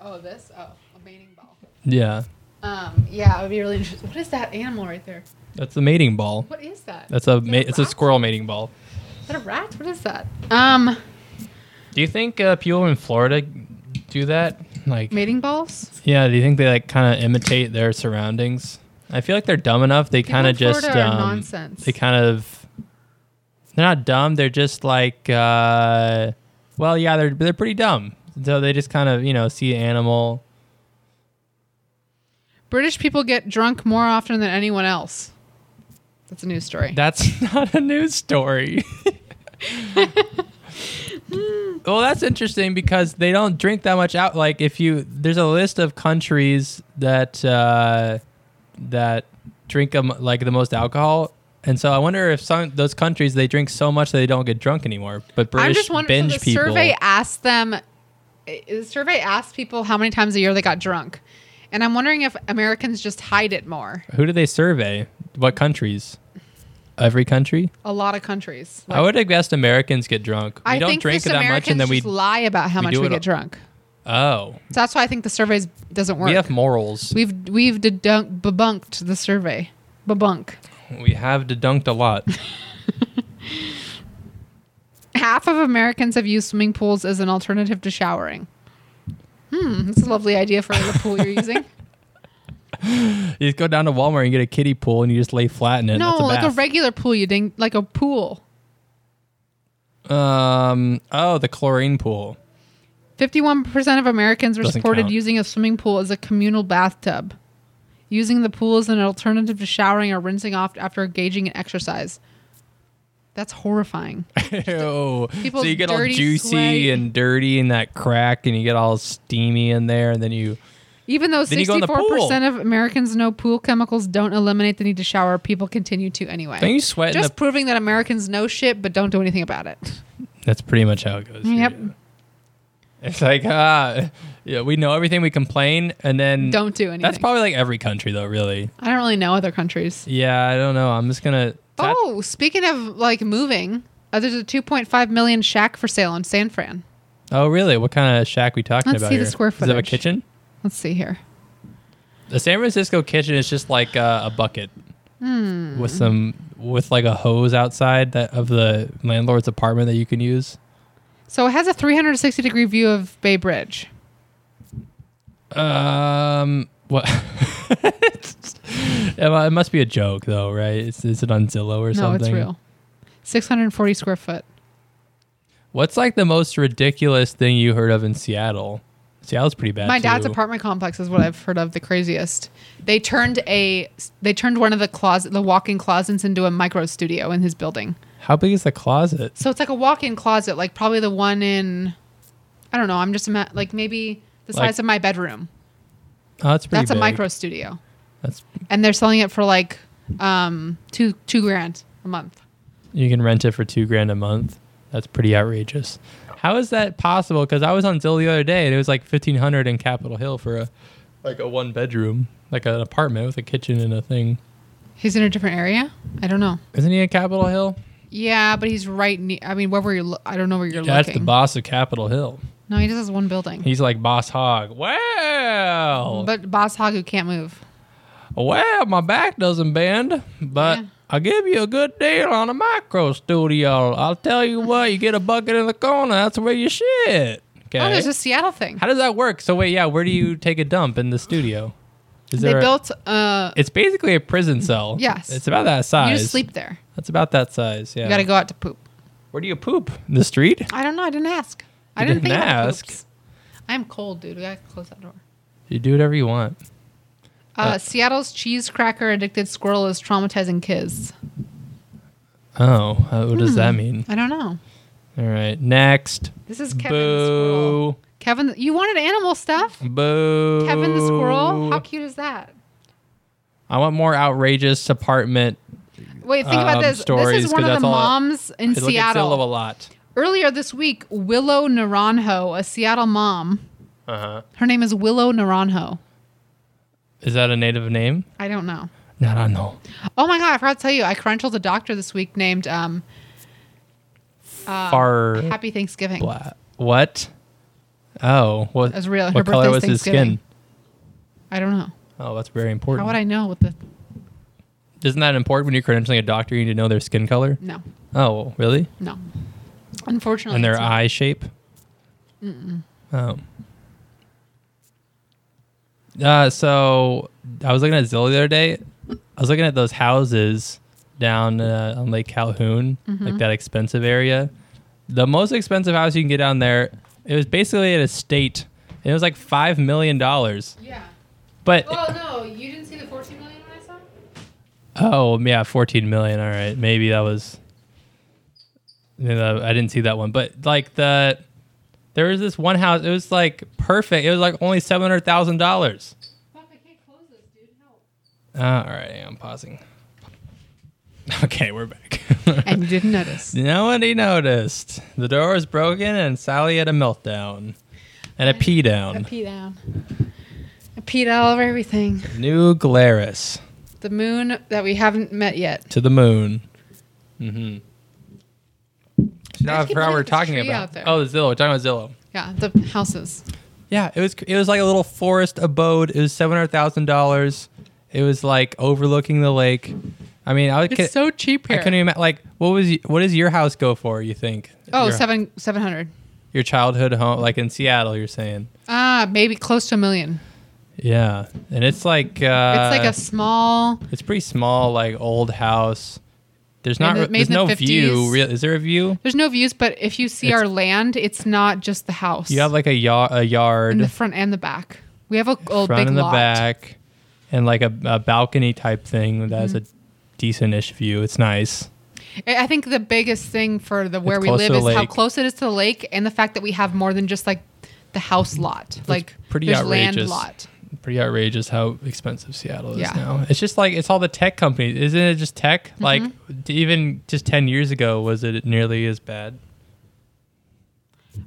S1: Oh, this? Oh, a mating ball.
S2: Yeah.
S1: Um, yeah, it would be really interesting. What is that animal right there?
S2: That's the mating ball.
S1: What is that?
S2: That's a ma- it's a squirrel mating ball.
S1: Is that a rat? What is that? Um,
S2: Do you think uh, people in Florida do that? Like
S1: mating balls?
S2: Yeah, do you think they like kind of imitate their surroundings? I feel like they're dumb enough. They
S1: People
S2: kind
S1: in
S2: of just
S1: Florida are
S2: um,
S1: nonsense.
S2: They kind of they're not dumb. They're just like uh, well, yeah, they're they're pretty dumb. So they just kind of you know see an animal.
S1: British people get drunk more often than anyone else. That's a news story.
S2: That's [laughs] not a
S1: [laughs]
S2: news story. well, that's interesting because they don't drink that much out. Like, if you there's a list of countries that uh, that drink um, like the most alcohol, and so I wonder if some those countries they drink so much that they don't get drunk anymore. But British
S1: I'm just wondering.
S2: binge
S1: So the
S2: people,
S1: survey asked them. i- The survey asked people how many times a year they got drunk, and I'm wondering if Americans just hide it more.
S2: who do they survey? What countries? Every country.
S1: A lot of countries.
S2: I would have guessed Americans get drunk. We
S1: I
S2: don't
S1: think
S2: drink
S1: just
S2: that much, and
S1: Americans
S2: then we
S1: just lie about how
S2: we
S1: much
S2: do
S1: we
S2: it
S1: get
S2: all-
S1: drunk.
S2: oh
S1: So that's why I think the survey doesn't work.
S2: we have morals.
S1: we've we've dedunk, debunked the survey. Bebunk.
S2: We have dedunked
S1: [laughs]
S2: a lot.
S1: Half of Americans have used swimming pools as an alternative to showering. Hmm, that's a lovely idea for the pool you're
S2: [laughs]
S1: using.
S2: You just go down to Walmart and get a kiddie pool and you just lay flat in it.
S1: no,
S2: That's a
S1: like a
S2: bath.
S1: regular pool, you ding, like a pool.
S2: um. Oh, the chlorine pool. [laughs]
S1: 51% of Americans were
S2: Doesn't
S1: reported
S2: count.
S1: using a swimming pool as a communal bathtub, using the pool as an alternative to showering or rinsing off after engaging in exercise. That's
S2: [laughs]
S1: horrifying.
S2: Ew. So
S1: people's
S2: you get all
S1: dirty
S2: juicy
S1: sweat.
S2: and dirty in that crack, and you get all steamy in there, and then you.
S1: Even though
S2: Then you go in the pool.
S1: 64% of Americans know pool chemicals don't eliminate the need to shower, people continue to anyway.
S2: Don't you sweat? In
S1: Just
S2: the,
S1: proving that Americans know shit but don't do anything about it.
S2: that's pretty much how it goes. here,
S1: Yep.
S2: yeah. It's like ah, yeah. We know everything. We complain, and then
S1: Don't do anything.
S2: That's probably like every country, though. Really.
S1: I don't really know other countries.
S2: Yeah, I don't know. I'm just gonna. That-
S1: oh, speaking of like moving, uh, there's a 2.5 million shack for sale in San Fran.
S2: Oh, really? What kind of shack we talking
S1: Let's
S2: about
S1: see the
S2: here?
S1: square
S2: Does it have a
S1: footage.
S2: kitchen?
S1: Let's see here.
S2: The San Francisco kitchen is just like uh, a bucket
S1: Hmm.
S2: with
S1: Mm-hmm.
S2: some with like a hose outside that of the landlord's apartment that you can use.
S1: So it has a 360 degree view of Bay Bridge.
S2: Um, what? [laughs] It mu- it must be a joke, though, right? Is, is it on Zillow or
S1: No,
S2: something?
S1: it's real. 640 square foot.
S2: What's like the most ridiculous thing you heard of in Seattle? Seattle's pretty bad.
S1: My dad's
S2: too.
S1: apartment complex is what I've heard of the craziest. They turned a they turned one of the closet the walk-in closets into a micro studio in his building.
S2: How big is the closet?
S1: So it's like a walk-in closet, like probably the one in I don't know, I'm just ima- like maybe the
S2: Like-
S1: size of my bedroom.
S2: Oh, that's pretty.
S1: That's a
S2: big.
S1: micro studio.
S2: That's
S1: And they're selling it for like um 2 2 grand a month.
S2: You can rent it for two grand a month. That's pretty outrageous. How is that possible? Because I was on Zillow the other day and it was like fifteen hundred in Capitol Hill for a like a one bedroom, like an apartment with a kitchen and a thing.
S1: He's in a different area? I don't know.
S2: Isn't he in Capitol Hill?
S1: Yeah, but he's right near I mean, where were you lo- I don't know where you're
S2: That's the
S1: looking.
S2: boss of Capitol Hill.
S1: no, he just has one building.
S2: He's like boss hog. Wow,
S1: But Boss Hagu can't move.
S2: wow, my back doesn't bend, but.
S1: Yeah.
S2: I'll give you a good deal on a micro studio. I'll tell you what, you get a bucket in the corner. That's where you shit. Okay.
S1: Oh, there's a Seattle thing.
S2: How does that work? So wait, yeah, where do you take a dump in the studio? Is
S1: they
S2: a-
S1: built uh
S2: It's basically a prison cell.
S1: Yes.
S2: it's about that size.
S1: you just sleep there.
S2: That's about that size. Yeah.
S1: You got to go out to poop.
S2: Where do you poop? In the street?
S1: I don't know. I didn't ask. I
S2: You
S1: didn't,
S2: didn't
S1: think about
S2: ask?
S1: poops. I'm cold, dude. We got to close that door.
S2: You do whatever you want.
S1: Uh, Seattle's cheese cracker addicted squirrel is traumatizing kids.
S2: Oh, uh, what does
S1: Hmm.
S2: that mean?
S1: I don't know.
S2: All right, next.
S1: This is Kevin the squirrel.
S2: Boo.
S1: Kevin, you wanted animal stuff?
S2: Boo.
S1: Kevin the squirrel? How cute is that?
S2: I want more outrageous apartment.
S1: Wait, think
S2: Um,
S1: about this. This
S2: stories,
S1: is one
S2: 'cause
S1: of
S2: that's
S1: the
S2: all-
S1: moms in
S2: I look at Zillow a
S1: Seattle.
S2: lot.
S1: Earlier this week, Willow Naranjo, a Seattle mom,
S2: Uh huh.
S1: her name is Willow Naranjo.
S2: Is that a native name?
S1: I don't know.
S2: No, no, no.
S1: Oh my god, I forgot to tell you. I crunchled a doctor this week named um, Uh,
S2: Far.
S1: Happy Thanksgiving.
S2: Bla- What? Oh, what?
S1: That was real. Her
S2: What color
S1: birthday's
S2: was his
S1: Thanksgiving.
S2: skin?
S1: I don't know.
S2: Oh, that's very
S1: How
S2: important.
S1: would I know what the
S2: Isn't that important when you're credentialing a doctor? You need to know their skin color.
S1: no
S2: Oh, really?
S1: no. Unfortunately,
S2: and their
S1: it's not.
S2: eye shape. Oh. Uh, so I was looking at Zillow the other day. I was looking at those houses down uh, on Lake Calhoun,
S1: Mm-hmm.
S2: like that expensive area. The most expensive house you can get down there, it was basically an estate. It was like five million dollars.
S1: Yeah.
S2: But
S1: Oh, no, you didn't see the fourteen million when I saw.
S2: Oh yeah, fourteen million. All right, maybe that was. No, no, I didn't see that one, but like the, there was this one house. It was like perfect. It was like only seven hundred thousand dollars. Uh,
S1: Fuck! I can't close this, dude. Help.
S2: All right, hang on, I'm pausing. [laughs] Okay, we're back. [laughs]
S1: And you didn't [laughs] notice.
S2: Nobody noticed. The door was broken, and Sally had a meltdown, and a pee
S1: I
S2: down.
S1: pee down. I peed all over everything.
S2: New Glarus
S1: The moon that we haven't met yet.
S2: to the moon. Mm-hmm. Now I
S1: keep
S2: forgot
S1: looking
S2: what we're
S1: at this
S2: talking
S1: tree
S2: about.
S1: out there.
S2: Oh, Zillow. We're talking about Zillow.
S1: Yeah, the houses.
S2: Yeah, it was it was like a little forest abode. It was seven hundred thousand dollars. It was like overlooking the lake. I mean, I was
S1: It's
S2: ki-
S1: so cheap
S2: I
S1: here.
S2: couldn't even like what was y- what does your house go for? You think?
S1: oh,
S2: your,
S1: seven seven hundred.
S2: your childhood home, like in Seattle, you're saying.
S1: Ah, maybe close to a million.
S2: Yeah, and it's like uh,
S1: It's like a small.
S2: it's pretty small, like old house. There's not
S1: Made
S2: re-
S1: in the- made
S2: there's
S1: in the
S2: no view.
S1: 50s.
S2: Real is there a view?
S1: There's no views, but if you see
S2: It's-
S1: our land, it's not just the house.
S2: You have like a yard, a yard,
S1: in the front and the back. We have a old
S2: front
S1: big
S2: and the
S1: lot.
S2: back, and like a, a balcony type thing that
S1: Mm-hmm.
S2: has a decent-ish view. It's nice.
S1: I I think the biggest thing for the where we
S2: close
S1: live
S2: to
S1: is
S2: the
S1: how
S2: lake.
S1: close it is to the lake, and the fact that we have more than just like the house lot. like
S2: pretty
S1: there's land
S2: outrageous.
S1: lot.
S2: pretty outrageous how expensive Seattle is
S1: Yeah. Mm-hmm.
S2: now. It's just like it's all the tech companies, isn't it? Just tech. Like d- even just ten years ago, was it nearly as bad?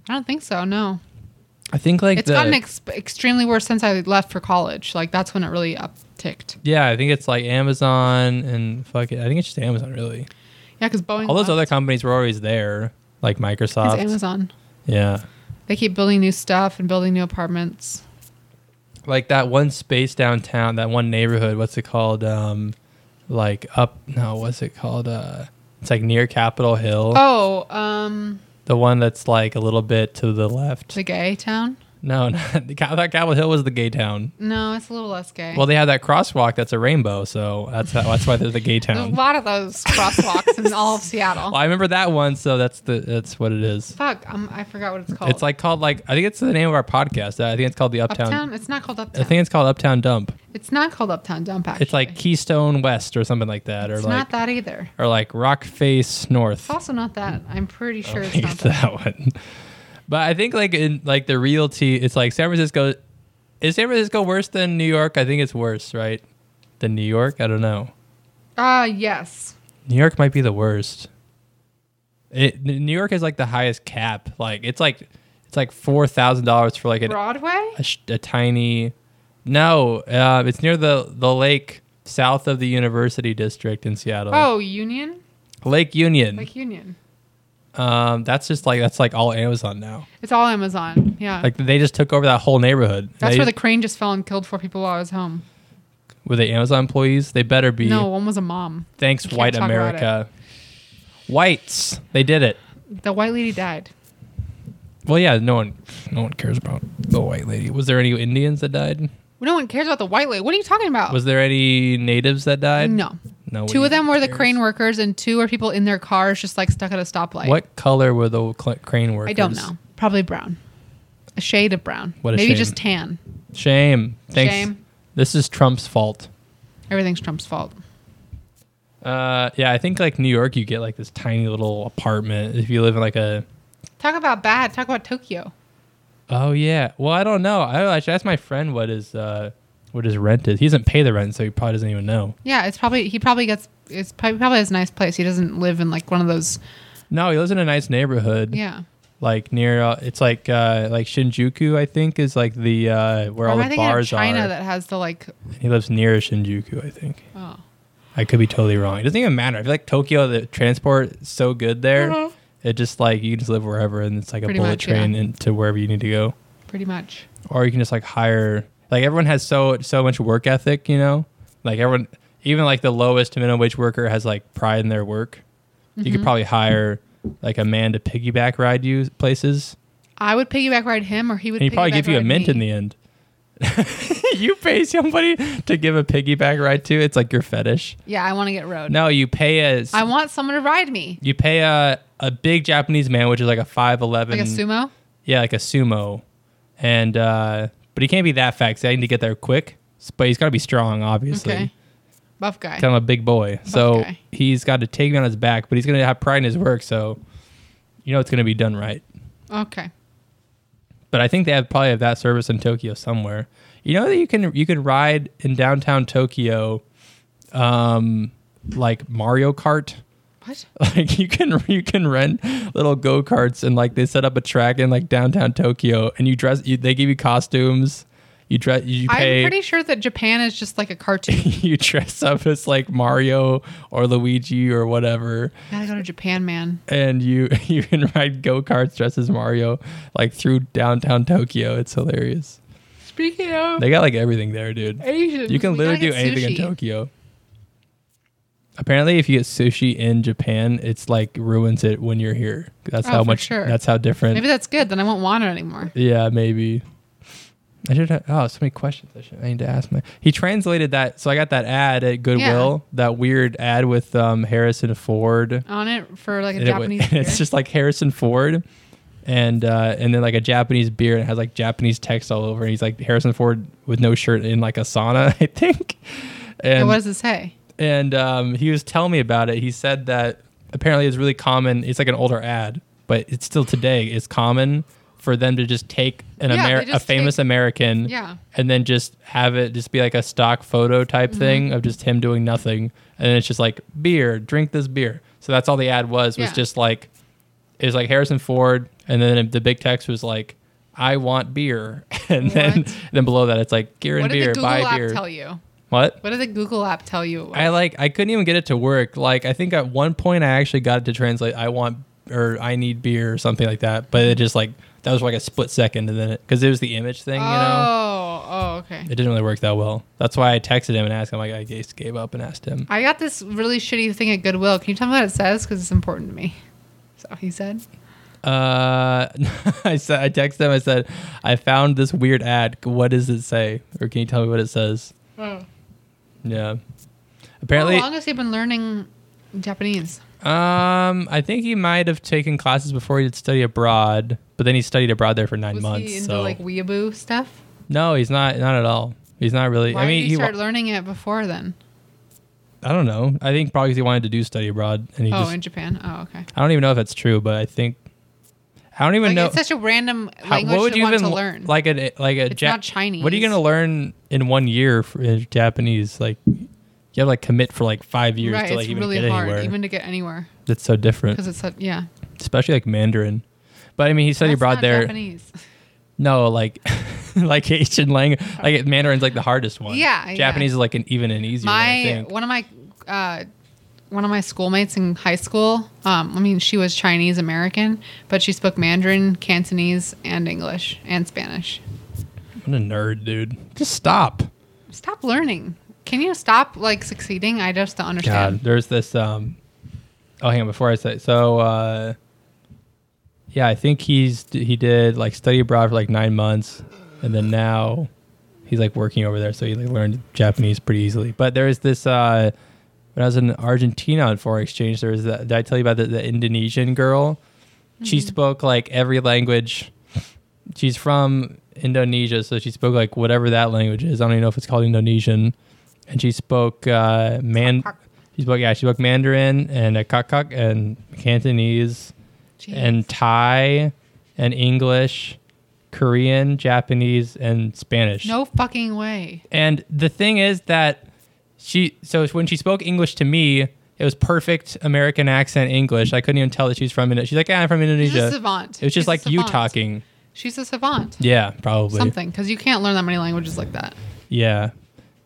S1: I don't think so. No,
S2: I think like
S1: it's gotten ex- extremely worse since I left for college. Like that's when it really upticked. ticked.
S2: Yeah, I think it's like Amazon and fuck it. I think it's just Amazon really.
S1: Yeah, because Boeing.
S2: All those other
S1: left.
S2: companies were always there, like Microsoft.
S1: It's Amazon.
S2: Yeah,
S1: They keep building new stuff and building new apartments.
S2: like that one space downtown, that one neighborhood. What's it called? Um, like up? No, what's it called? Uh, it's like near Capitol Hill.
S1: Oh, um,
S2: The one that's like a little bit to the left.
S1: the gay town?
S2: no, [laughs] not, the, Cap- that Capitol Hill was the gay town.
S1: No, it's a little less gay.
S2: Well, they have that crosswalk that's a rainbow, so that's that's why they're the gay
S1: There's a
S2: town.
S1: lot of those crosswalks in
S2: [laughs]
S1: all of Seattle.
S2: Well, I remember that one, so that's the that's what it is.
S1: Fuck, um, I forgot what it's called.
S2: It's like called like I think it's the name of our podcast. I think it's called the Uptown.
S1: Uptown. It's not called Uptown.
S2: I think it's called Uptown Dump.
S1: it's not called Uptown Dump. Actually,
S2: It's like Keystone West or something like that, or
S1: it's
S2: like
S1: not that either.
S2: or like Rockface North.
S1: It's also not that. I'm pretty sure
S2: I
S1: it's
S2: think
S1: not
S2: [laughs] it's
S1: that.
S2: that one. But I think like in like the realty, it's like San Francisco. Is San Francisco worse than New York? I think it's worse, right? Than New York? I don't know.
S1: Ah, yes.
S2: New York might be the worst. It, New York is like the highest cap. Like it's like it's like four thousand dollars for like an
S1: Broadway.
S2: a, sh- a tiny no uh, it's near the the lake south of the university district in seattle
S1: Oh, Union.
S2: Mm-hmm. lake union
S1: Like Union.
S2: um, that's just like that's like all amazon now
S1: It's all Amazon. Yeah.
S2: like they just took over that whole neighborhood
S1: That's
S2: they,
S1: where the crane just fell and killed four people while I was home.
S2: were they amazon employees they better be
S1: No, one was a mom.
S2: thanks
S1: we can't
S2: white
S1: talk about
S2: america whites they did it
S1: The white lady died.
S2: well yeah no one no one cares about the white lady was there any indians that died
S1: No one cares about the white lady. What are you talking about?
S2: was there any natives that died
S1: no.
S2: no
S1: Two
S2: one
S1: of them were the
S2: cares.
S1: crane workers, and two are people in their cars just like stuck at a stoplight.
S2: what color were the cl- crane workers
S1: I don't know. Probably brown. A shade of brown.
S2: What a
S1: Maybe
S2: shame.
S1: just tan.
S2: Shame. Thanks.
S1: Shame.
S2: This is Trump's fault.
S1: Everything's Trump's fault.
S2: Uh, yeah, I think like New York, you get like this tiny little apartment if you live in like a.
S1: Talk about bad. Talk about Tokyo.
S2: Oh yeah. Well, I don't know. I, I should ask my friend what his uh, what his rent is. He doesn't pay the rent, so he probably doesn't even know.
S1: Yeah, it's probably he probably gets it's probably probably has a nice place. He doesn't live in like one of those.
S2: No, he lives in a nice neighborhood.
S1: Yeah,
S2: Like near, uh, it's like uh, like Shinjuku, I think, is like the uh, where
S1: Or am
S2: all
S1: I
S2: the
S1: thinking of
S2: bars
S1: China
S2: are.
S1: that has the like.
S2: he lives near Shinjuku, I think.
S1: Oh,
S2: I could be totally wrong. It doesn't even matter. I feel like Tokyo, the transport is so good there.
S1: Mhm.
S2: It just like you just live wherever, and it's like
S1: Pretty
S2: a bullet
S1: much, yeah.
S2: train into wherever you need to go,
S1: pretty much.
S2: or you can just like hire. Like everyone has so so much work ethic, you know. Like everyone, even like the lowest to minimum wage worker has like pride in their work. You
S1: Mm-hmm.
S2: could probably hire like a man to piggyback ride you places,
S1: I would piggyback ride him, or he would.
S2: and he'd probably give you a mint in
S1: end.
S2: the end. [laughs] you pay somebody to give a piggyback ride to. It's like your fetish.
S1: Yeah, I want to get rode.
S2: No, you pay a
S1: I want someone to ride me,
S2: You pay a a big Japanese man, which is like a five eleven,
S1: like a sumo.
S2: yeah, like a sumo, and uh, but he can't be that fat. 'cause I need to get there quick, S- but he's got to be strong, obviously.
S1: Okay, buff guy.
S2: Kind of a big boy, so
S1: guy.
S2: he's got to take me on his back, but he's gonna have pride in his work, so you know it's gonna be done right.
S1: Okay,
S2: But I think they have probably have that service in Tokyo somewhere. You know that you can you can ride in downtown Tokyo, um, like Mario Kart. [laughs]
S1: what?
S2: like you can you can rent little go-karts and like they set up a track in like downtown Tokyo and you dress you, they give you costumes you dress you
S1: I'm
S2: pay
S1: pretty sure that Japan is just like a cartoon.
S2: [laughs] you dress up as like Mario or Luigi or whatever
S1: Gotta go to Japan, man.
S2: and you [laughs] you can ride go-karts dressed as Mario like through downtown Tokyo it's hilarious
S1: Speaking of
S2: they got like everything there dude
S1: Asian,
S2: you can literally do anything in Tokyo Apparently, if you get sushi in Japan, it's like ruins it when you're here. That's
S1: Oh,
S2: how
S1: for
S2: much.
S1: sure.
S2: That's how different.
S1: Maybe that's good. Then I won't want it anymore.
S2: Yeah, maybe. I should have. Oh, so many questions. I should. I need to ask my. He translated that. So I got that ad at Goodwill. That weird ad with um, Harrison Ford.
S1: On it for like a
S2: And, it w-
S1: Japanese.
S2: and [laughs] it's
S1: beer.
S2: just like Harrison Ford, and uh, and then like a Japanese beer, and it has like Japanese text all over. And he's like Harrison Ford with no shirt in like a sauna, [laughs] I think.
S1: Yeah,
S2: And
S1: what does it say?
S2: and um, he was telling me about it. He said that apparently it's really common. It's like an older ad, but it's still today. It's common for them to just take an
S1: Yeah,
S2: Amer-
S1: they
S2: a
S1: just
S2: famous
S1: take-
S2: American,
S1: Yeah.
S2: and then just have it just be like a stock photo type
S1: Mm-hmm.
S2: thing of just him doing nothing, and it's just like beer, drink this beer. So that's all the ad was. Was
S1: Yeah.
S2: just like it was like Harrison Ford, and then the big text was like. I want beer, [laughs] and then
S1: What?
S2: then below that it's like gear and
S1: What did
S2: beer,
S1: the Google
S2: buy
S1: app
S2: beer.
S1: tell you?
S2: What?
S1: What did the Google app tell you? It was?
S2: I like I couldn't even get it to work. Like I think at one point I actually got it to translate I want or I need beer or something like that, but it just like that was like a split second and then it cuz it was the image thing,
S1: oh,
S2: you know.
S1: oh, okay.
S2: It didn't really work that well. That's why I texted him and asked him like I just gave up and asked him.
S1: I got this really shitty thing at Goodwill. Can you tell me what it says? Because it's important to me. So he said,
S2: Uh [laughs] I said I texted him I said I found this weird ad. What does it say? Or can you tell me what it says? Yeah. Apparently
S1: How long has he been learning Japanese?
S2: Um, I think he might have taken classes before he did study abroad, but then he studied abroad there for nine
S1: Was
S2: months.
S1: he into
S2: so
S1: like weeaboo stuff?
S2: no, he's not. Not at all. He's not really.
S1: Why
S2: I mean,
S1: did
S2: he.
S1: he
S2: wa-
S1: start learning it before then?
S2: I don't know. I think probably 'cause he wanted to do study abroad, and he
S1: oh,
S2: just.
S1: in Japan. Oh, okay.
S2: I don't even know if that's true, but I think. I don't even
S1: Like,
S2: know.
S1: it's such a random
S2: how-
S1: language to want to
S2: l-
S1: learn.
S2: like a like a
S1: It's
S2: Jap-
S1: not Chinese.
S2: What are you gonna learn in one year for in Japanese? Like, you have to, like commit for like five years
S1: right?
S2: to like
S1: it's
S2: even
S1: really
S2: get
S1: hard
S2: anywhere.
S1: even to get anywhere
S2: that's so different,
S1: because it's such yeah.
S2: especially like Mandarin. But I mean, he studied
S1: That's
S2: abroad
S1: not
S2: there.
S1: Japanese.
S2: No, like [laughs] like Haitian language, like Mandarin's like the hardest one.
S1: Yeah, yeah.
S2: Japanese is like an even an easier. one, I
S1: my
S2: think.
S1: one of my uh, one of my schoolmates in high school. Um, I mean, she was Chinese American, but she spoke Mandarin, Cantonese, and English and Spanish.
S2: What a nerd, dude. Just stop.
S1: Stop learning. Can you stop like succeeding? I just don't understand.
S2: God, there's this. um Oh, hang on. Before I say so, uh yeah, I think he's he did like study abroad for like nine months, and then now he's like working over there, so he like learned Japanese pretty easily. But there is this. uh When I was in Argentina on foreign exchange, there was that. Did I tell you about the, the Indonesian girl? She
S1: Mm-hmm.
S2: spoke like every language. She's from Indonesia, so she spoke like whatever that language is. I don't even know if it's called Indonesian. And she spoke uh, man.
S1: Kak-kak.
S2: She spoke yeah. She spoke Mandarin and uh, Kakak and Cantonese
S1: Jeez.
S2: and Thai and English, Korean, Japanese, and Spanish.
S1: no fucking way.
S2: And the thing is that she, so when she spoke English to me, it was perfect American accent English. I couldn't even tell that she's from Indonesia. She's like, yeah, I'm from
S1: She's
S2: Indonesia.
S1: a savant.
S2: It was just
S1: She's a
S2: like you
S1: savant.
S2: talking.
S1: She's a savant.
S2: Yeah, probably.
S1: Something, because you can't learn that many languages like that.
S2: Yeah.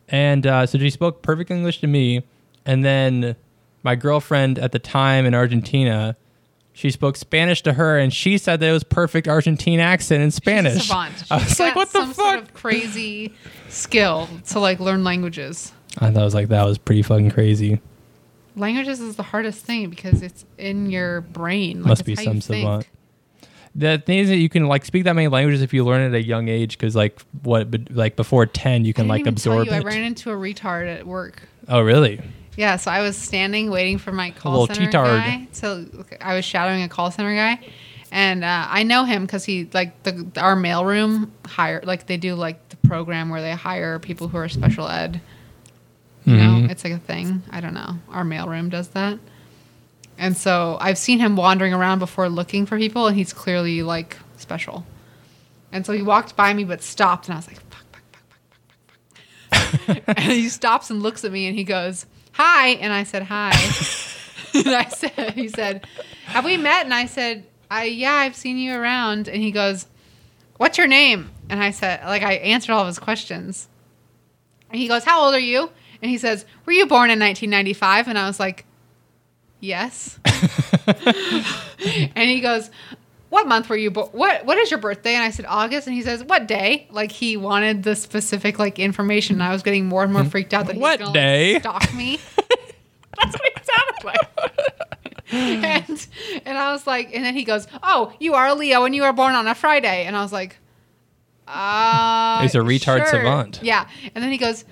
S2: And uh, so she spoke perfect English to me. And then my girlfriend at the time in Argentina, she spoke Spanish to her and she said that it was perfect Argentine accent in Spanish.
S1: She's a savant.
S2: I
S1: She's
S2: was like,
S1: got
S2: what the
S1: some
S2: fuck?
S1: Sort of crazy skill to like learn languages.
S2: I thought I was like, that was pretty fucking crazy.
S1: Languages is the hardest thing because it's in your brain. Like,
S2: Must
S1: it's
S2: be
S1: how
S2: some
S1: you think.
S2: savant. The thing is that you can like speak that many languages if you learn at a young age, because like what, but, like before ten, you
S1: I
S2: can
S1: didn't
S2: like
S1: even tell
S2: absorb
S1: you, I
S2: it.
S1: ran into a retard at work. [laughs]
S2: oh really?
S1: Yeah, so I was standing waiting for my call
S2: little
S1: center
S2: T-tard.
S1: guy. So I was shadowing a call center guy, and uh, I know him because he like the our mailroom hire like they do like the program where they hire people who are special ed. You know, it's like a thing. I don't know. Our mailroom does that, and so I've seen him wandering around before looking for people, and he's clearly like special. And so he walked by me but stopped, and I was like, fuck, fuck, fuck, fuck, fuck, fuck, fuck [laughs] and he stops and looks at me and he goes, "Hi," and I said, "Hi." [laughs] and I said, "He said, have we met?" And I said, "I yeah, I've seen you around." And he goes, "What's your name?" And I said, like I answered all of his questions. And he goes, "How old are you?" And he says, "Were you born in 1995?" And I was like, "Yes." [laughs] and he goes. What month were you born? What What is your birthday? And I said August, and he says what day? Like he wanted the specific like information. And I was getting more and more freaked out that he was
S2: Hmm. What
S1: gonna, like,
S2: day?
S1: stalk
S2: [laughs]
S1: me. [laughs] That's what it sounded like. [laughs] and and I was like, and then he goes, "Oh, you are a Leo, and you were born on a Friday." And I was like, "Uh,
S2: He's a retard
S1: sure.
S2: savant.
S1: Yeah. And then he goes,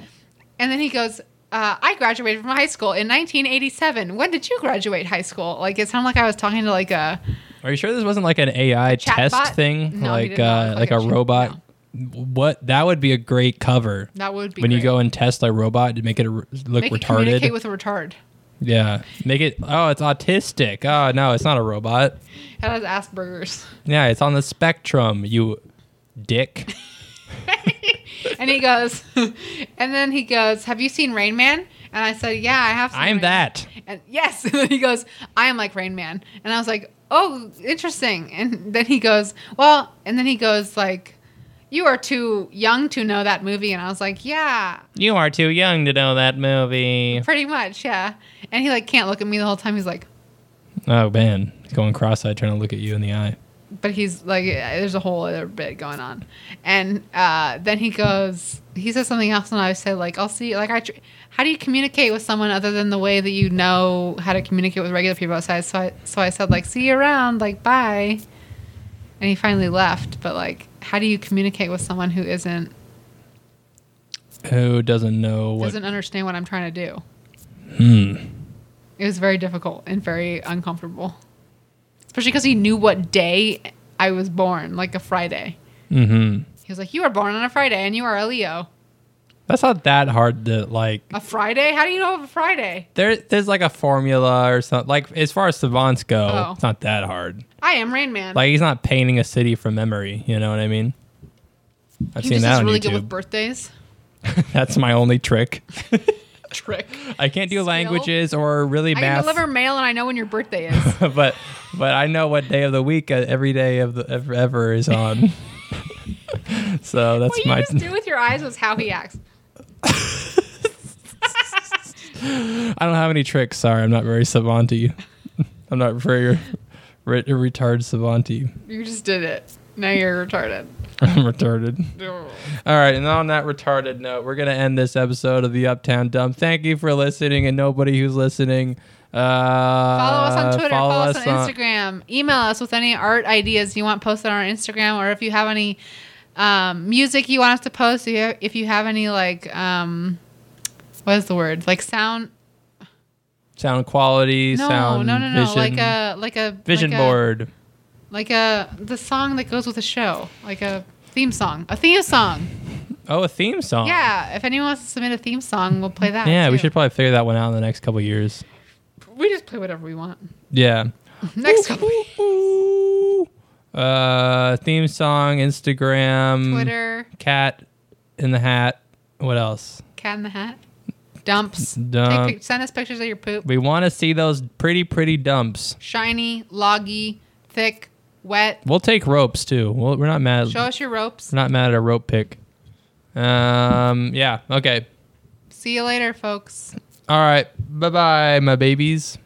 S1: and then he goes. Uh, I graduated from high school in 1987. When did you graduate high school? Like it sounded like I was talking to like a
S2: Are you sure this wasn't like an AI
S1: chat
S2: test
S1: bot?
S2: thing,
S1: No, he
S2: like
S1: did not
S2: uh,
S1: look like
S2: like a
S1: a chat-
S2: robot? What that would be a great cover.
S1: that would be
S2: when you
S1: great.
S2: go and test a robot to make it a, r- look
S1: Make it
S2: retarded.
S1: communicate with a retard.
S2: yeah, make it. Oh, it's autistic. Oh no, it's not a robot.
S1: It has Asperger's.
S2: Yeah, it's on the spectrum. You
S1: [laughs]
S2: dick.
S1: [laughs] And he goes, [laughs] and then he goes, "Have you seen Rain Man?" And I said, "Yeah, I have." Seen
S2: I'm
S1: Rain Man."
S2: that.
S1: And yes, [laughs] and then he goes, "I am like Rain Man," and I was like, "Oh, interesting." And then he goes, "Well," and then he goes like, you are too young to know that movie. And I was like, yeah,
S2: You are too young to know that movie.
S1: pretty much. Yeah. And he like, can't look at me the whole time. He's like,
S2: Oh man, he's going cross-eyed trying to look at you in the eye.
S1: but he's like, yeah, there's a whole other bit going on. And uh, then he goes, he says something else. And I said like, I'll see, like I, tr- how do you communicate with someone other than the way that you know how to communicate with regular people outside? So I, so I said like, see you around, like, bye. And he finally left. But like, how do you communicate with someone who isn't
S2: Who doesn't know what?
S1: doesn't understand what I'm trying to do.
S2: Hmm.
S1: It was very difficult and very uncomfortable, especially because he knew what day I was born, like a Friday.
S2: Mm-hmm.
S1: He was like, "You were born on a Friday, and you are a Leo.
S2: That's not that hard to like.
S1: A Friday? How do you know of a Friday?
S2: There, there's like a formula or something. Like as far as savants go,
S1: Oh.
S2: it's not that hard.
S1: I am Rain Man.
S2: Like he's not painting a city from memory. You know what I mean? I've
S1: he
S2: seen
S1: just
S2: that
S1: is
S2: on
S1: really good with
S2: YouTube. [laughs]
S1: birthdays.
S2: That's my
S1: [laughs]
S2: only trick.
S1: Trick.
S2: I can't do
S1: Skill.
S2: languages or really
S1: I can
S2: math,
S1: deliver mail, and I know when your birthday
S2: [laughs]
S1: is.
S2: but but I know what day of the week uh, every day of the ever, ever
S1: [laughs]
S2: is on. so that's
S1: what you
S2: my.
S1: just do with your eyes was how he
S2: [laughs]
S1: acts.
S2: I don't have any tricks. Sorry, I'm not very savant you. [laughs] I'm not very re- retarded savant you.
S1: You just did it. Now you're retarded.
S2: [laughs] I'm retarded. All right, and on that retarded note, we're gonna end this episode of the Uptown Dump. Thank you for listening, and nobody who's listening. Uh,
S1: Follow us on Twitter, follow, us, on,
S2: on-
S1: Instagram, email us with any art ideas you want posted on our Instagram, or if you have any um, music you want us to post, if you have, if you have any like um, what is the word like sound?
S2: Sound quality,
S1: No,
S2: sound,
S1: no, no, no,
S2: vision,
S1: like a like a
S2: vision
S1: like uh, a-
S2: board.
S1: like a the song that goes with a show, like a theme song, a theme song.
S2: Oh, a theme song.
S1: Yeah, if anyone wants to submit a theme song, we'll play that.
S2: Yeah, we
S1: too.
S2: should probably figure that one out in the next couple years.
S1: We just play whatever we want. [laughs]
S2: Yeah.
S1: Next couple,
S2: Ooh. Uh, theme song, Instagram,
S1: Twitter,
S2: Cat in the Hat. What else?
S1: Cat in the Hat, dumps. Take,
S2: Dump.
S1: pic- send us pictures of your poop.
S2: We want to see those pretty, pretty dumps.
S1: shiny, loggy, thick, wet.
S2: We'll take ropes too. We'll, we're not mad.
S1: Show us your ropes.
S2: We're not mad at a rope pick. Um. Yeah. Okay.
S1: See you later, folks.
S2: All right. Bye bye, my babies.